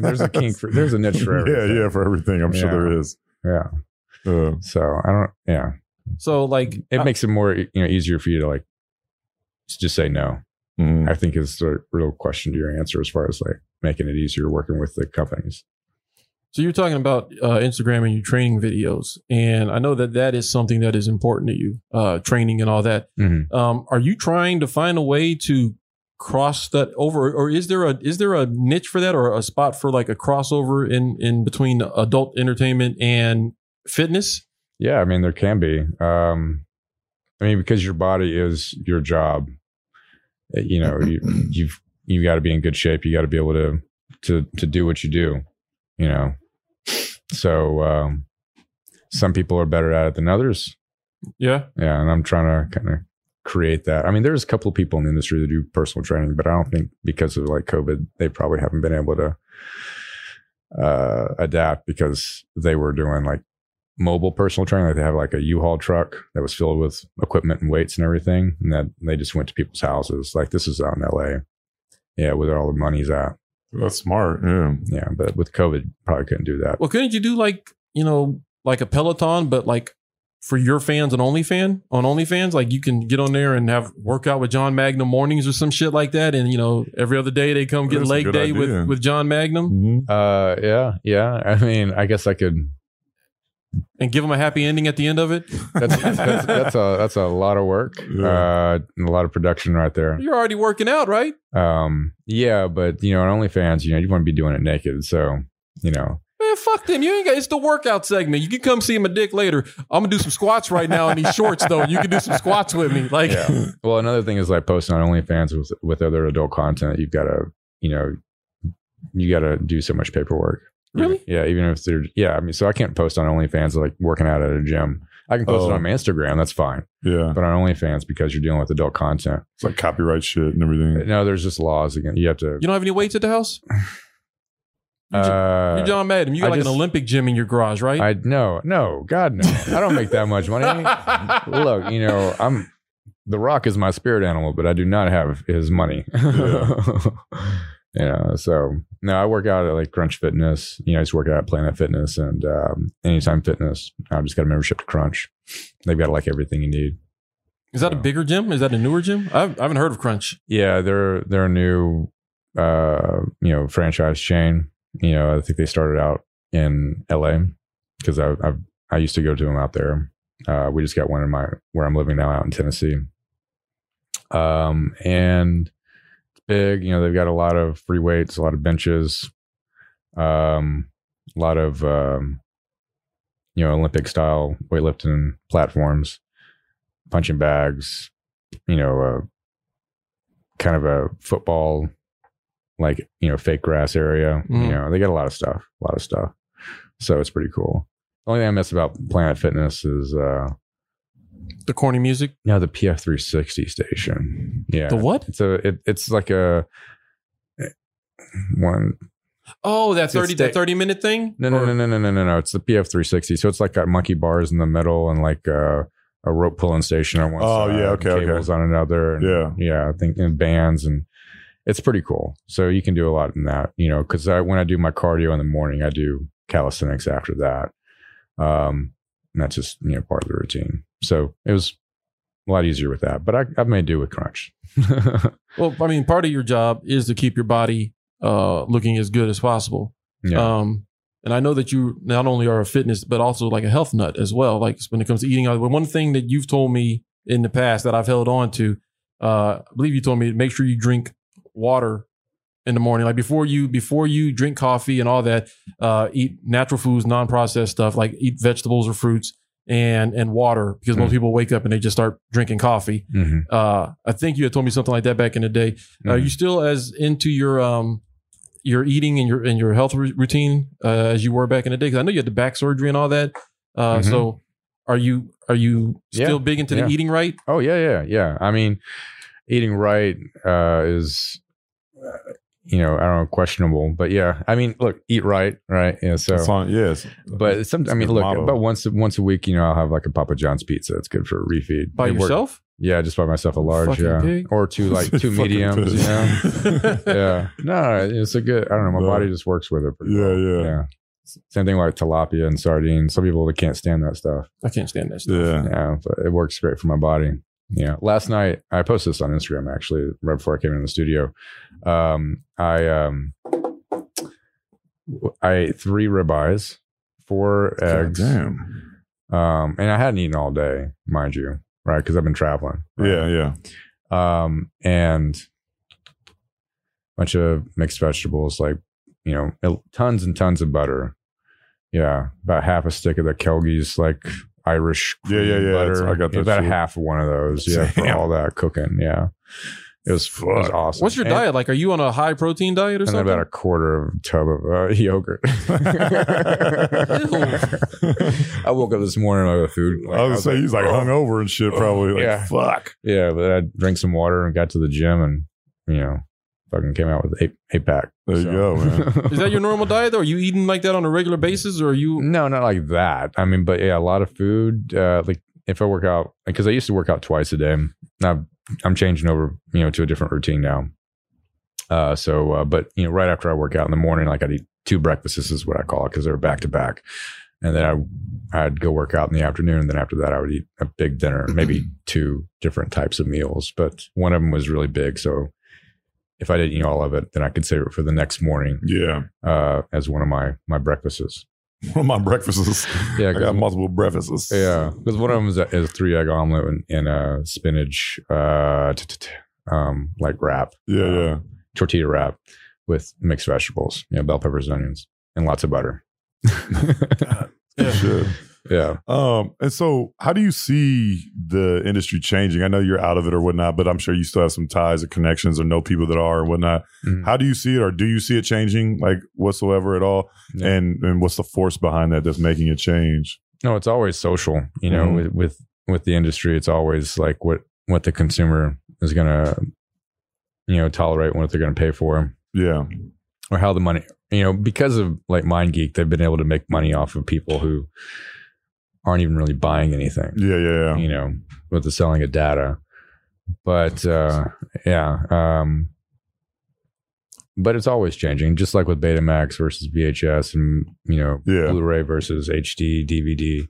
there's a kink for there's a niche for everything. Yeah, yeah, for everything. I'm sure Yeah. there is. yeah. Uh, So I don't. Yeah. So like it I- makes it more you know easier for you to like s- just say no. mhm. I think is the real question to your answer as far as like making it easier working with the companies. So you're talking about uh, Instagram and your training videos, and I know that that is something that is important to you, uh, training and all that. Mhm. Um, are you trying to find a way to cross that over, or is there a is there a niche for that, or a spot for like a crossover in in between adult entertainment and fitness? Yeah, I mean there can be. Um, I mean because your body is your job. Uh, You know you, you've you got to be in good shape. You got to be able to to to do what you do. You know, so um, some people are better at it than others. Yeah, Yeah, and I'm trying to kind of create that. I mean, there's a couple of people in the industry that do personal training, but I don't think because of like COVID, they probably haven't been able to uh, adapt because they were doing like mobile personal training. Like they have like a U-Haul truck that was filled with equipment and weights and everything, and that they just went to people's houses. Like this is out in LA. Yeah, where all the money's at. That's smart. Yeah. Yeah, but with COVID, probably couldn't do that. Well, couldn't you do like you know like a Peloton, but like for your fans on OnlyFan on OnlyFans, like you can get on there and have workout with John Magnum mornings or some shit like that, and you know every other day they come get That's a leg good day idea. with with John Magnum Mhm. Uh, yeah, yeah. I mean, I guess I could. and give them a happy ending at the end of it. That's that's, that's a that's a lot of work. Yeah. Uh, and a lot of production right there. You're already working out, right? Um, yeah, but you know, on OnlyFans, you know, you want to be doing it naked, so you know, Man, fuck them. You ain't got. It's the workout segment. You can come see my dick later. I'm gonna do some squats right now in these shorts, though. You can do some squats with me. Like, yeah. well, another thing is like posting on OnlyFans with with other adult content. You've got to, you know, you got to do so much paperwork. Really? Yeah, even if they're yeah. I mean, so I can't post on OnlyFans like working out at a gym. I can post Oh. it on my Instagram. That's fine, Yeah. but on OnlyFans because you're dealing with adult content. It's like copyright shit and everything. No, there's just laws again. You have to. you don't have any weights at the house? You're Jo- Uh, You're John Madden. You got I like an just- Olympic gym in your garage, right? I no, no, God no. I don't make that much money. Look, you know, I'm the Rock is my spirit animal, but I do not have his money. you know, so no, I work out at like Crunch Fitness. You know, I just work out at Planet Fitness and um, Anytime Fitness. I've just got a membership to Crunch. They've got like everything you need. Is that a Yeah. bigger gym? Is that a newer gym? I've, I haven't heard of Crunch. Yeah, they're they're a new uh, you know, franchise chain. You know, I think they started out in LA because I I I used to go to them out there. Uh, we just got one in my where I'm living now out in Tennessee. Um and it's big, you know, they've got a lot of free weights, a lot of benches, um a lot of um you know, Olympic style weightlifting platforms, punching bags, you know, uh kind of a football like you know fake grass area Mm. you know they got a lot of stuff a lot of stuff so it's pretty cool the only thing i miss about planet fitness is uh The corny music. you know the pf360 station yeah The what? it's a it, it's like a one Oh, that It's thirty sta- that thirty minute thing. no no Or- no no no no no no it's the pf360 so it's like got monkey bars in the middle and like uh a rope pulling station on one Oh, side yeah, and okay, okay. cables on another and Yeah. yeah, I think in bands and it's pretty cool. So you can do a lot in that, you know, because I when I do my cardio in the morning, I do calisthenics after that. Um, and that's just you know part of the routine. So it was a lot easier with that. But I I've made do with crunch. Mm-hmm. Well, I mean, part of your job is to keep your body uh, looking as good as possible. yeah. Um, and I know that you not only are a fitness, but also like a health nut as well. Like when it comes to eating, well, one thing that you've told me in the past that I've held on to, uh, I believe you told me make sure you drink water in the morning, like before you before you drink coffee and all that. Uh, eat natural foods, non processed stuff, like eat vegetables or fruits and and water, because most Mm. people wake up and they just start drinking coffee. Mhm. Uh, I think you had told me something like that back in the day. Are Mhm. Uh, you still as into your um your eating and your and your health ru- routine uh, as you were back in the day? Because I know you had the back surgery and all that. Uh, Mhm. So are you are you Yeah, still big into yeah. the eating right? Oh yeah, yeah, yeah. I mean, eating right uh, is, uh, you know, I don't know, questionable, but yeah. I mean, look, eat right, right? Yeah. So, It's on, yes. but some, I mean, good look, motto. about once once a week, you know, I'll have like a Papa John's pizza. It's good for a refeed. By It worked- yourself? Yeah, just by myself, a large, Fucking yeah, pig. or two like two Fucking mediums. You piss. know? yeah, no, it's a good. I don't know. My No. body just works with it. pretty Yeah, well. yeah. S- Same thing like tilapia and sardines. Some people that can't stand that stuff. I can't stand that. Stuff. Yeah. Yeah, but it works great for my body. Yeah. Last night I posted this on Instagram actually right before I came in the studio. Um, I um, I ate three ribeyes, four God eggs, damn. um, and I hadn't eaten all day, mind you, right? Because I've been traveling. right? Yeah, yeah. um, and bunch of mixed vegetables, like you know, il- tons and tons of butter. Yeah, about half a stick of the Kelgis, like Irish. Yeah, yeah, cream yeah, that's- Butter. I got that about shit. half of one of those. Yeah, for Damn. all that cooking. Yeah, it was, it was Fuck. awesome. What's your And- diet like? Are you on a high protein diet or And something? about a quarter of a tub of uh, yogurt. I woke up this morning with a food. I was gonna say he's like "Oh." hungover and shit, probably. Like, Yeah. fuck. Yeah, but I drank some water and got to the gym and you know, fucking came out with eight eight pack. There you go, man. Is that your normal diet though? Are you eating like that on a regular basis or are you no, not like that. I mean, but yeah, a lot of food. Uh, like if I work out, because I used to work out twice a day. Now I'm changing over, you know, to a different routine now. Uh, so, uh, but you know, right after I work out in the morning, like I'd eat two breakfasts is what I call it because they're back to back, and then I, I'd go work out in the afternoon. And then after that, I would eat a big dinner, maybe two different types of meals, but one of them was really big. So if I didn't eat all of it, then I could save it for the next morning Yeah. uh, as one of my my breakfasts. One of my breakfasts. Yeah, I 'cause- got multiple breakfasts. yeah, because one of them is a, is three egg omelet and, and uh, spinach, uh, t- t- t- um, like wrap, Yeah. Yeah. tortilla wrap with mixed vegetables, you know, bell peppers and onions, and lots of butter. Good shit. yeah, Um, and so how do you see the industry changing? I know you're out of it or whatnot, but I'm sure you still have some ties or connections or know people that are and whatnot. Mhm. How do you see it or do you see it changing like whatsoever at all? Yeah. And and what's the force behind that that's making it change? no, it's always social. You know, Mhm. with, with with the industry, it's always like what what the consumer is gonna, you know, tolerate, and what they're gonna pay for. Yeah. or how the money you know because of like mind geek they've been able to make money off of people who aren't even really buying anything Yeah, yeah, yeah. you know with the selling of data but uh yeah um but it's always changing just like with betamax versus vhs and you know Yeah. blu-ray versus hd dvd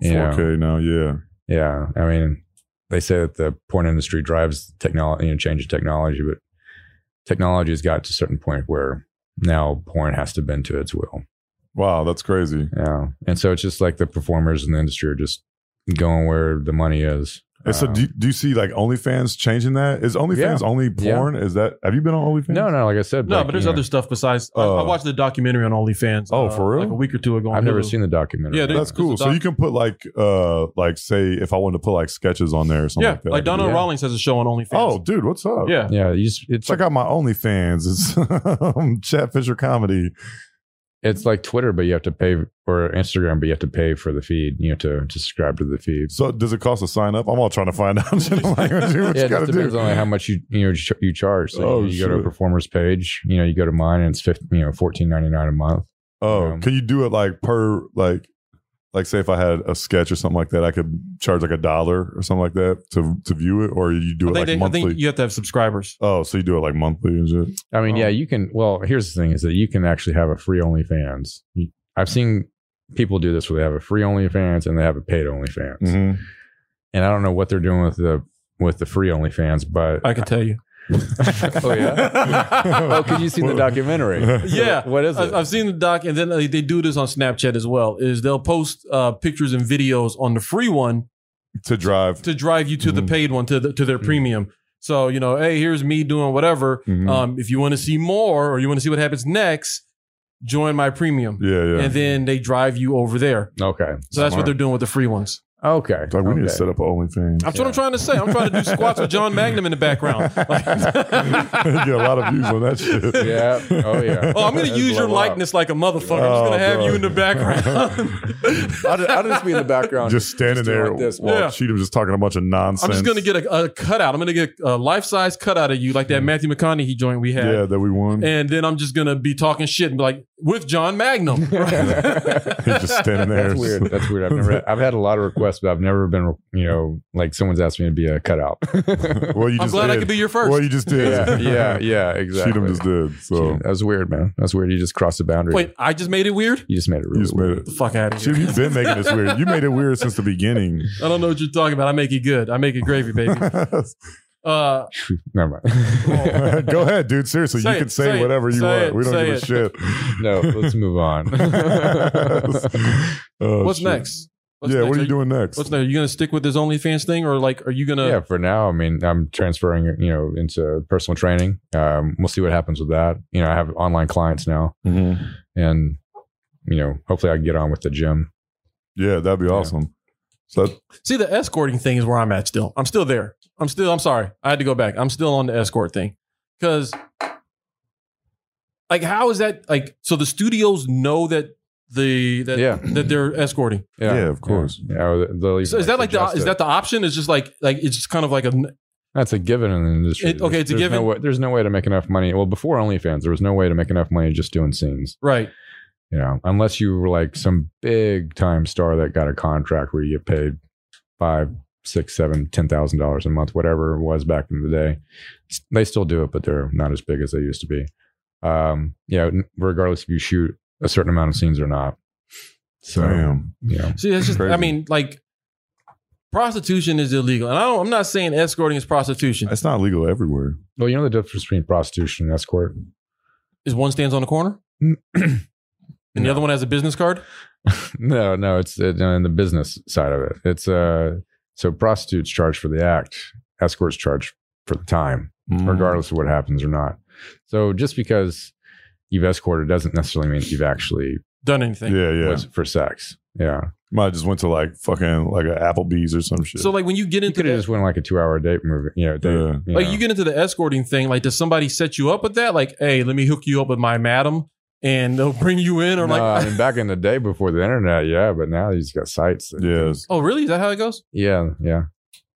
you know. 4K now, yeah. Yeah, I mean, they say that the porn industry drives technology, you know, change of technology, but technology has got to a certain point where now porn has to bend to its will. Wow, that's crazy. Yeah, and so it's just like the performers in the industry are just going where the money is. And Uh, so Um, do, do you see like OnlyFans changing that? Is OnlyFans only Yeah. porn? Is that have you been on OnlyFans? no, no, like I said, No, like, but there's you know, other stuff besides. I, I Oh. watched the documentary on OnlyFans. Oh, uh, for real? Like a week or two ago. on I've never Hulu. seen the documentary. Yeah, they- That's cool. It's So a doc- you can put like uh like say if I wanted to put like sketches on there or something Yeah, like that. like I could Donna do that. Rawlings has a show on OnlyFans. Oh, dude, what's up? yeah. yeah, you just, it's Check out my OnlyFans. It's um, Chat Fisher Comedy. it's like Twitter, but you have to pay, or Instagram, but you have to pay for the feed. You have to, to subscribe to the feed. So does it cost to sign up? I'm all trying to find out. what you yeah, it gotta just depends do. on like, how much you you know ch- you charge. So Oh, you, go to a shit. performer's page, you know, you go to mine, and it's 15, you know fourteen ninety nine a month. oh, um, can you do it like per like like say if I had a sketch or something like that, I could charge like a dollar or something like that to to view it, or you do I it think, like they, I monthly. think you have to have subscribers. oh, so you do it like monthly and shit. I mean, Oh. yeah, you can. Well, here's the thing: is that you can actually have a free OnlyFans. You- I've seen people do this where they have a free OnlyFans and they have a paid OnlyFans, Mhm. and I don't know what they're doing with the with the free OnlyFans, but I can tell you. oh yeah, oh, because you seen the documentary. Yeah. what is it? I- I've seen the doc, and then they, they do this on Snapchat as well. Is they'll post uh, pictures and videos on the free one to drive. to drive you to the Mhm. paid one to the, to their Mhm. premium. So you know, hey, here's me doing whatever. Mhm. Um, if you want to see more or you want to see what happens next, join my premium, yeah, yeah. and then they drive you over there. okay, So that's what Smart. they're doing with the free ones. okay, Like, we need to okay. set up an OnlyFans. That's what I'm trying to say. I'm trying to do squats with John Magnum in the background. Like- you get a lot of views on that shit. Yeah. Oh, yeah. oh, I'm going to That's use your blow up. likeness like a motherfucker. I'm just Oh, going to have bro. you in the background. I'll, ju- I'll just be in the background, Just standing doing there like this. while Yeah. Cheatham just talking a bunch of nonsense. I'm just going to get a, a cutout. I'm going to get a life size cutout of you, like that Matthew McConaughey joint we had. Mm. yeah that we won. And then I'm just going to be talking shit and be like, with John Magnum. He's just standing there. That's weird. That's weird. I've never. I've had a lot of requests, but I've never been. You know, like someone's asked me to be a cutout. Well, you I'm just glad did. I could be your first. Well, you just did. yeah, yeah, yeah. Exactly. Cheatham just did. So That was weird, man. That's weird. You just crossed the boundary. Wait, I just made it weird? You just made it you really just made it. The fuck out of here. Cheatham, you've been making this weird. You made it weird since the beginning. I don't know what you're talking about. I make it good. I make it gravy, baby. Oh, Uh, weird. Never mind. Go ahead, dude. Seriously, Say you can it, say, say it, whatever you say want. it, we don't say give a it. shit. no, let's move on. Oh, what's shit. next? What's yeah, what are you doing? doing next? What's next? Are you going to stick with this OnlyFans thing or like, are you going to? yeah, for now, I mean, I'm transferring, you know, into personal training. Um, we'll see what happens with that. You know, I have online clients now, Mm-hmm. Mhm. and you know, hopefully, I can get on with the gym. Yeah, that'd be Yeah. awesome. So that- See, the escorting thing is where I'm at still. I'm still there. I'm still, I'm sorry. I had to go back. I'm still on the escort thing. Cause like, how is that? Like, so the studios know that the, that, Yeah. that they're escorting. yeah, of course. Yeah, or they'll even, So is that like the, suggest is it. that the option? Is just like, like, it's just kind of like a, That's a given in the industry. It- okay, There's- it's a there's given. No way, there's no way to make enough money. Well, before OnlyFans, there was no way to make enough money just doing scenes. right. You know, unless you were like some big time star that got a contract where you get paid five, six, seven, ten thousand dollars a month, whatever it was back in the day. S- They still do it, but they're not as big as they used to be. Um, yeah, n- regardless if you shoot a certain amount of scenes or not. So Damn. yeah, See, that's just. I Crazy. mean, like, prostitution is illegal, and I don't, I'm not saying escorting is prostitution. It's not legal everywhere. well, you know the difference between prostitution and escort. Is one stands on the corner and the other one has a business card? no, no, it's uh, in the business side of it. It's uh, so prostitutes charge for the act, escorts charge for the time. Mm. regardless of what happens or not. So just because you've escorted doesn't necessarily mean you've actually Done anything? Yeah, yeah. was for sex. Yeah, Might have just went to like fucking like an Applebee's or some shit. So, like, when you get you into could have the- just went on, like a two-hour date movie. You know, date, Yeah. you like know. you get into the escorting thing, like, does somebody set you up with that? Like, hey, let me hook you up with my madam, and they'll bring you in, or No, I like, mean, back in the day before the internet, yeah, but now you just got sites. that- yes. oh, really? Is that how it goes? yeah, yeah.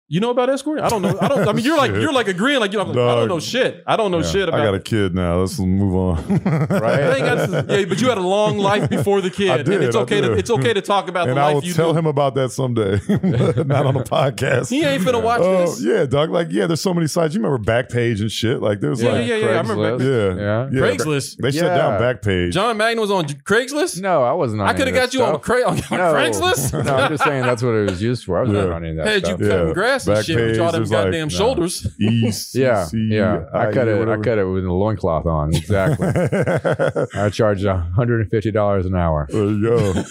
You know about escorting? I don't know. I don't. I mean, you're like Shit. you're like agreeing. Like, you know, I'm like, I Dog. don't know shit. I don't know Yeah. shit I got about. a kid now. Let's move on. Right? I think that's- yeah, but you had a long life before the kid, I and did, it's I okay to did. it's okay to talk about and the I life will you tell do. him about that someday, but not on the podcast. He ain't finna watch Oh this. yeah, dog. Like yeah, there's so many sites. You remember Backpage and shit. Like there's Yeah, like yeah, yeah, I remember Craigslist. yeah, Yeah. yeah. Craigslist. They shut Yeah. down Backpage. John Magna was on Craigslist. No, I wasn't. On I could have any of got that you on, stuff. Cra- on Craigslist. no, I'm just saying that's what it was used for. I was not Yeah. on any of that Had you stuff. Yeah. cutting grass and Back shit with page, all them there's like- goddamn No. shoulders. East. Yeah, yeah. E I cut it. I cut it with a loincloth on. Exactly. Exactly. I charged $150 an hour. there you go.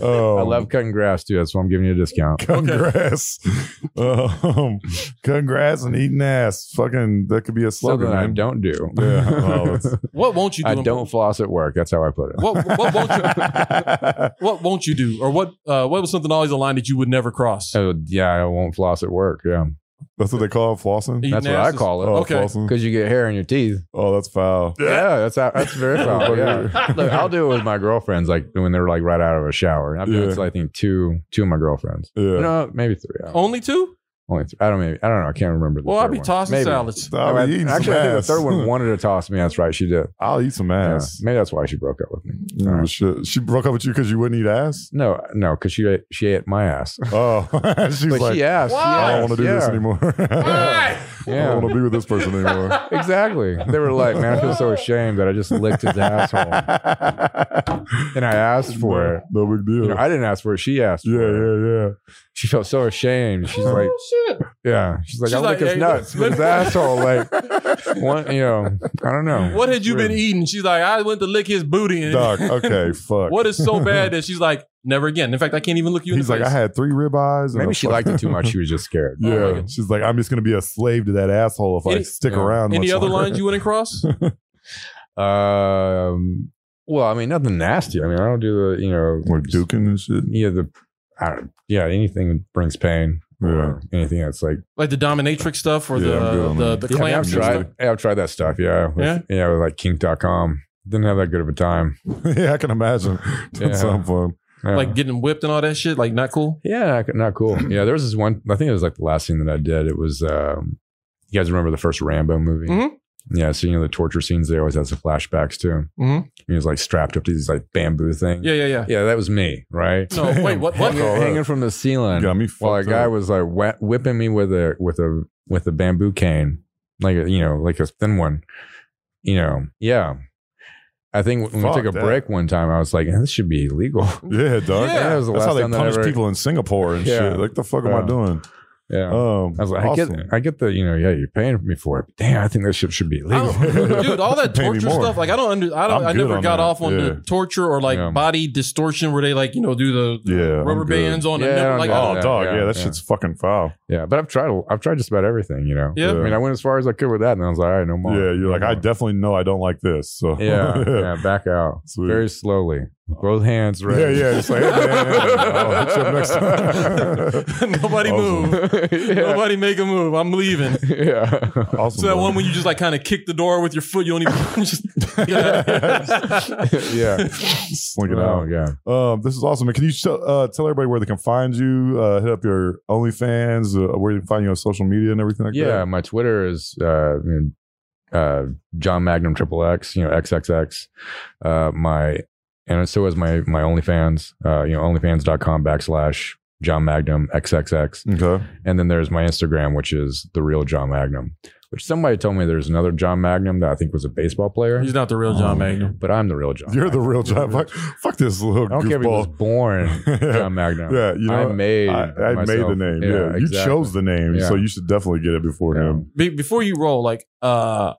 Oh, I love cutting grass too. That's why I'm giving you a discount. cutting grass. um, cutting grass and eating ass. Fucking that could be a slogan. Something I man. don't do. Yeah, Oh, well, it's- What won't you do? I in- don't floss at work. That's how I put it. What, what Oh, won't you? What won't you do? Or what? Uh, what was something always a line that you would never cross? Oh, yeah, I won't floss at work. Yeah, That's what they call it, flossing. Eating that's what I asses. call it. Oh, Okay. flossing. Because you get hair in your teeth. Oh, that's foul. Yeah, that's how, that's very foul. Yeah. Look, I'll do it with my girlfriends, like when they're like right out of a shower. And I've done Yeah. it to I think two two of my girlfriends. Yeah. No, maybe three. I don't- Only two? Only three. I don't maybe I don't know. I can't remember. the Oh. Well, I'd third be one. tossing Maybe. salads. No, I'll I- be eating Oh, some actually, I think the ass. third one wanted to toss me. That's right. She did. I'll eat some Yeah. ass. Maybe that's why she broke up with me. Oh, shit. She broke up with you because you wouldn't eat ass? No, no, because she ate, she ate my ass. Oh, she's but like, she asked. I don't yes, want to do this yeah, anymore. Why? I Yeah, don't want to be with this person anymore. exactly. They were like, "Man, I feel so ashamed that I just licked his asshole," and I asked for it. No, no big deal. You know, I didn't ask for it. She asked. yeah, for it. yeah, yeah. She felt so ashamed. She's Oh, like, shit. "Yeah." She's like, She's "I like, licked his "Hey, nuts, look- but his asshole, like, one, you know, I don't know." What had you been Weird. eating? She's like, I went to lick his booty. And Doc, okay, fuck. what is so bad that she's like, never again. In fact, I can't even look you in He's the like, face. I had three ribeyes. and Maybe a she fuck- liked it too much. She was just scared. Yeah, Oh my God. she's like, I'm just gonna be a slave to that asshole if I Any- stick Yeah. around. Any much other longer. lines you wouldn't cross? Um. Well, I mean, nothing nasty. I mean, I don't do the, you know, We're duking and shit. yeah, the, I don't, yeah, anything that brings pain. Or anything that's like like the dominatrix stuff or Yeah, I'm good the on the, that. the Yeah, I mean, clamps I've and tried. stuff? Yeah, I've tried that stuff. Yeah. With, Yeah? yeah. With like kink.com. Didn't have that good of a time. Yeah, I can imagine. That Yeah. sound fun. Yeah. Like getting whipped and all that shit. Like not cool. yeah, not- not cool. Yeah. There was this one, I think it was like the last thing that I did. It was, um, you guys remember the first Rambo movie? Mhm. Yeah. So, you know, the torture scenes, they always have the flashbacks too. Mhm. He was like strapped up to these like bamboo things. Yeah, yeah, yeah. Yeah. That was me. Right. No, wait, what? What? Hanging, hanging from the ceiling. Got me Well, a fucked guy up. was like wha- whipping me with a with a with a bamboo cane, like a, you know, like a thin one. You know, yeah. I think when Fuck we took a that. break one time, I was like, "Eh, "This should be illegal." Yeah, dog. Yeah. that was the That's last how they time that I punish ever- people in Singapore and Yeah. shit. Like the fuck am I Yeah. doing? Yeah, Um, I was like, awesome. Oh. "I get, I get the, you know, yeah, you're paying me for it." But damn, I think that shit should be I illegal. don't- dude, all that Pay me torture more. stuff, like I don't under, I don't, I'm I never good on got that. off on Yeah. the torture or like Yeah. body distortion where they like you know do the yeah, I'm rubber good. bands on Yeah, the I nipple. don't Like, do Oh, Yeah, dog. yeah, Yeah, that yeah. shit's fucking foul. yeah, but I've tried, I've tried just about everything, you know. Yeah. I mean, I went as far as I could with that, and I was like, "All right, no more." Yeah, you're No like, I more. definitely know I don't like this. So yeah, yeah, back out Sweet. very slowly, both hands ready. Yeah, yeah. It's like, hey, man, I'll hit you up next time. Nobody Awesome. move. yeah. Nobody make a move. I'm leaving. yeah. awesome. So that dog. one when you just like kind of kick the door with your foot, you don't even just yeah. Sling it Oh, out. yeah. Um, this is awesome. man. Can you tell uh, tell everybody where they can find you? Uh, hit up your OnlyFans, uh, where they can find you on social media and everything like yeah, that. my Twitter is uh, you know, uh, John Magnum Triple X, you know, XXX. Uh, my and so is my my OnlyFans, uh, you know, OnlyFans.com backslash John Magnum XXX. Okay. And then there's my Instagram, which is the real John Magnum. Which somebody told me there's another John Magnum that I think was a baseball player, He's not the real John Um, Magnum. but I'm the real John. You're the Magnum. real John. Fuck, fuck this little I don't care if he was goofball. born John Magnum. yeah, you know, I made. I, I made the myself. name. Yeah, you exactly. chose the name, Yeah. so you should definitely get it before Yeah. him. Be- before you roll, like uh,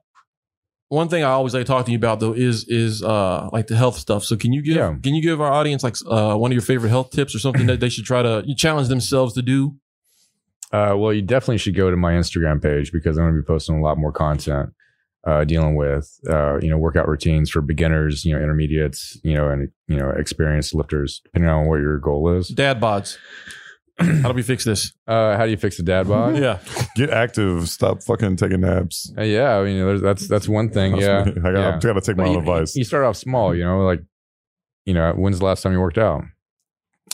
one thing I always like talking to you about though is is uh like the health stuff. So can you give Yeah. can you give our audience like uh one of your favorite health tips or something that they should try to you challenge themselves to do? Uh, well, you definitely should go to my Instagram page because I'm going to be posting a lot more content uh, dealing with uh, you know workout routines for beginners, you know intermediates, you know and you know experienced lifters, depending on what your goal is. Dad bods. How do we fix this? Uh, how do you fix a dad bod? Yeah, Get active. Stop fucking taking naps. Uh, yeah, I mean there's, that's that's one thing. Yeah, I gotta, yeah. I gotta take my But own you, advice. You start off small, you know, like you know when's the last time you worked out?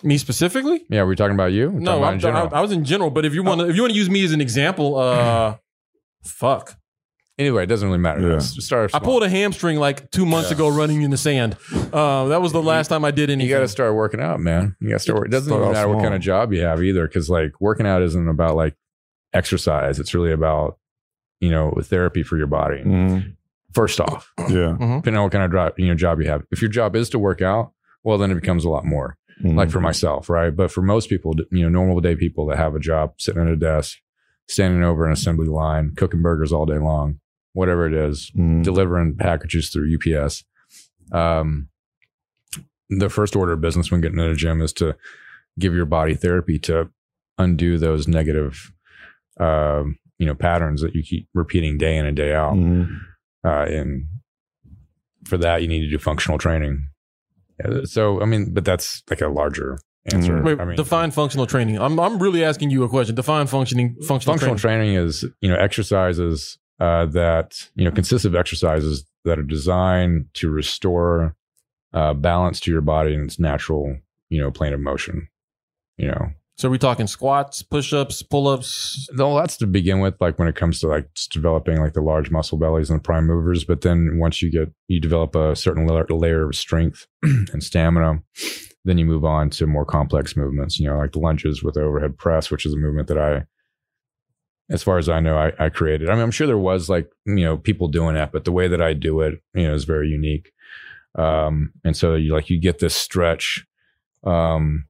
me specifically. Yeah, we're talking about you. We're No, talking about I'm, in I, general. I was in general, but if you Oh. want to, if you want to use me as an example, uh, fuck, anyway, it doesn't really matter. Yeah. S- Start I off small. pulled a hamstring like two months Yeah. ago running in the sand. Uh, that was the You- last time I did anything. You got to start working out, man. You got to start. Work. It doesn't Start even off matter what small. kind of job you have either, because like working out isn't about like exercise. It's really about you know therapy for your body. Mhm. First off, Yeah. depending on what kind of job you know job you have. If your job is to work out, well, then it becomes a lot more. Mhm. Like for myself, right? But for most people, you know, normal day people that have a job, sitting at a desk, standing over an assembly line, cooking burgers all day long, whatever it is, Mhm. delivering packages through UPS. Um, the first order of business when getting in a gym is to give your body therapy to undo those negative, um, you know, patterns that you keep repeating day in and day out. Mhm. Uh, and for that, you need to do functional training. Uh, So, I mean, but that's like a larger answer. Mhm. Wait, I mean, define functional training. I'm I'm really asking you a question. Define functioning functional, functional training. training. is you know exercises uh, that you know consist of exercises that are designed to restore uh, balance to your body in its natural you know plane of motion you know so we're talking squats, push-ups, pull-ups. all that's to begin with like when it comes to like just developing like the large muscle bellies and the prime movers but then once you get you develop a certain la- layer of strength and stamina then you move on to more complex movements you know like the lunges with overhead press which is a movement that i as far as i know i, I created i mean i'm sure there was like you know people doing that but the way that i do it you know is very unique um and so you like you get this stretch um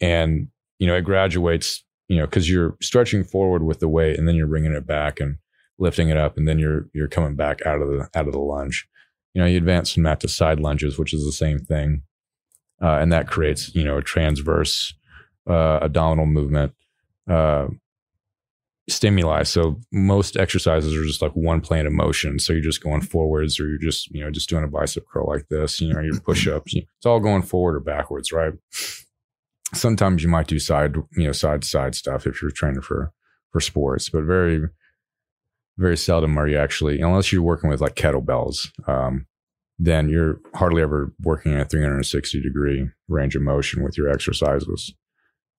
and you know it graduates you know because you're stretching forward with the weight and then you're bringing it back and lifting it up and then you're you're coming back out of the out of the lunge you know you advance from that to side lunges which is the same thing uh, and that creates you know a transverse uh, abdominal movement uh, stimuli so most exercises are just like one plane of motion so you're just going forwards or you're just you know just doing a bicep curl like this you know your push-ups you- it's all going forward or backwards right sometimes you might do side you know side to side stuff if you're training for for sports but very very seldom are you actually unless you're working with like kettlebells um then you're hardly ever working at 360 degree range of motion with your exercises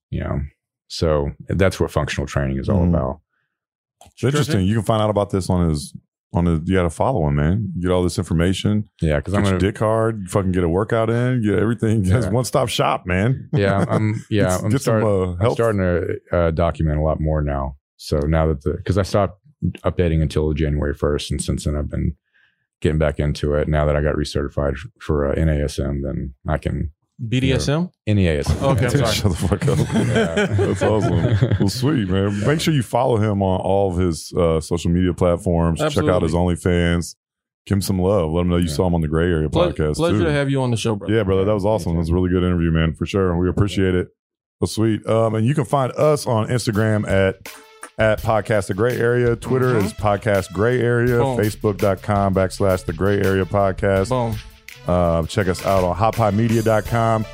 you know so that's what functional training is all Mhm. about It's interesting. You can find out about this on his on his. You gotta follow him, man. You get all this information. yeah because Get i'm your gonna dick hard. Fucking get a workout in. Get everything. Yeah. It's one stop shop, man. yeah i'm yeah Get- i'm get starting some uh, I'm help. starting to uh, document a lot more now. So now that the because I stopped updating until January first, and since then I've been getting back into it. Now that I got recertified for uh, NASM, then I can E BDSM? NASM. Okay, I'm sorry. Shut the fuck up. Yeah. That's awesome. Well, sweet, man. Make sure you follow him on all of his uh, social media platforms. Check out his OnlyFans. Give him some love. Let him know you Yeah. saw him on the Gray Area Ple- podcast. pleasure too. to have you on the show, brother. Yeah, brother, that was awesome. That was a really good interview, man, for sure. We appreciate it. Well, sweet. Um, and you can find us on Instagram at at podcast the gray area. Twitter is podcast gray area. Mm-hmm. Boom. Facebook.com backslash the gray area podcast. Boom. Uh, check us out on hotpiemedia.com.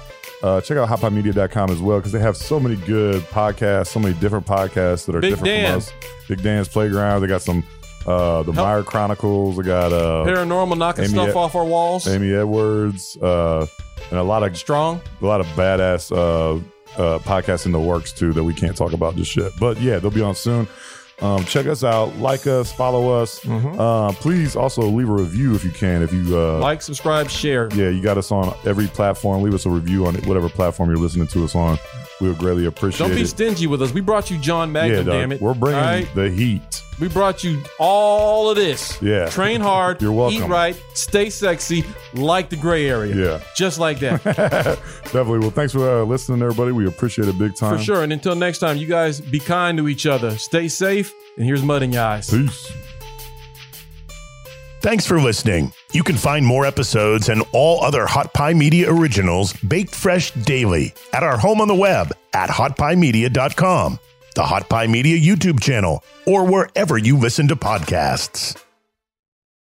Uh, check out hotpiemedia.com as well because they have so many good podcasts, so many different podcasts that are Big different Dan. from us. Big Dan's Playground. They got some uh, the Help. Meyer Chronicles. They got uh, Paranormal knocking Amy- stuff off our walls. Amy Edwards uh, and a lot of Strong. a lot of badass uh, uh, podcasts in the works too that we can't talk about just yet. But yeah, they'll be on soon. Um, check us out, like us, follow us. Mm-hmm. Uh, please also leave a review if you can. If you uh, Like, subscribe, share. yeah, you got us on every platform. Leave us a review on whatever platform you're listening to us on. We would greatly appreciate Don't be it. stingy with us. We brought you John Magnum, dog. damn it. We're bringing All right? the heat. We brought you all of this. Yeah. Train hard. You're welcome. Eat right. Stay sexy. Like the gray area. Yeah. Just like that. Definitely. Well, thanks for uh, listening, everybody. We appreciate it big time. For sure. And until next time, you guys be kind to each other. Stay safe. And here's mud in your eyes. Peace. Thanks for listening. You can find more episodes and all other Hot Pie Media originals baked fresh daily at our home on the web at hotpiemedia.com, the Hot Pie Media YouTube channel, or wherever you listen to podcasts.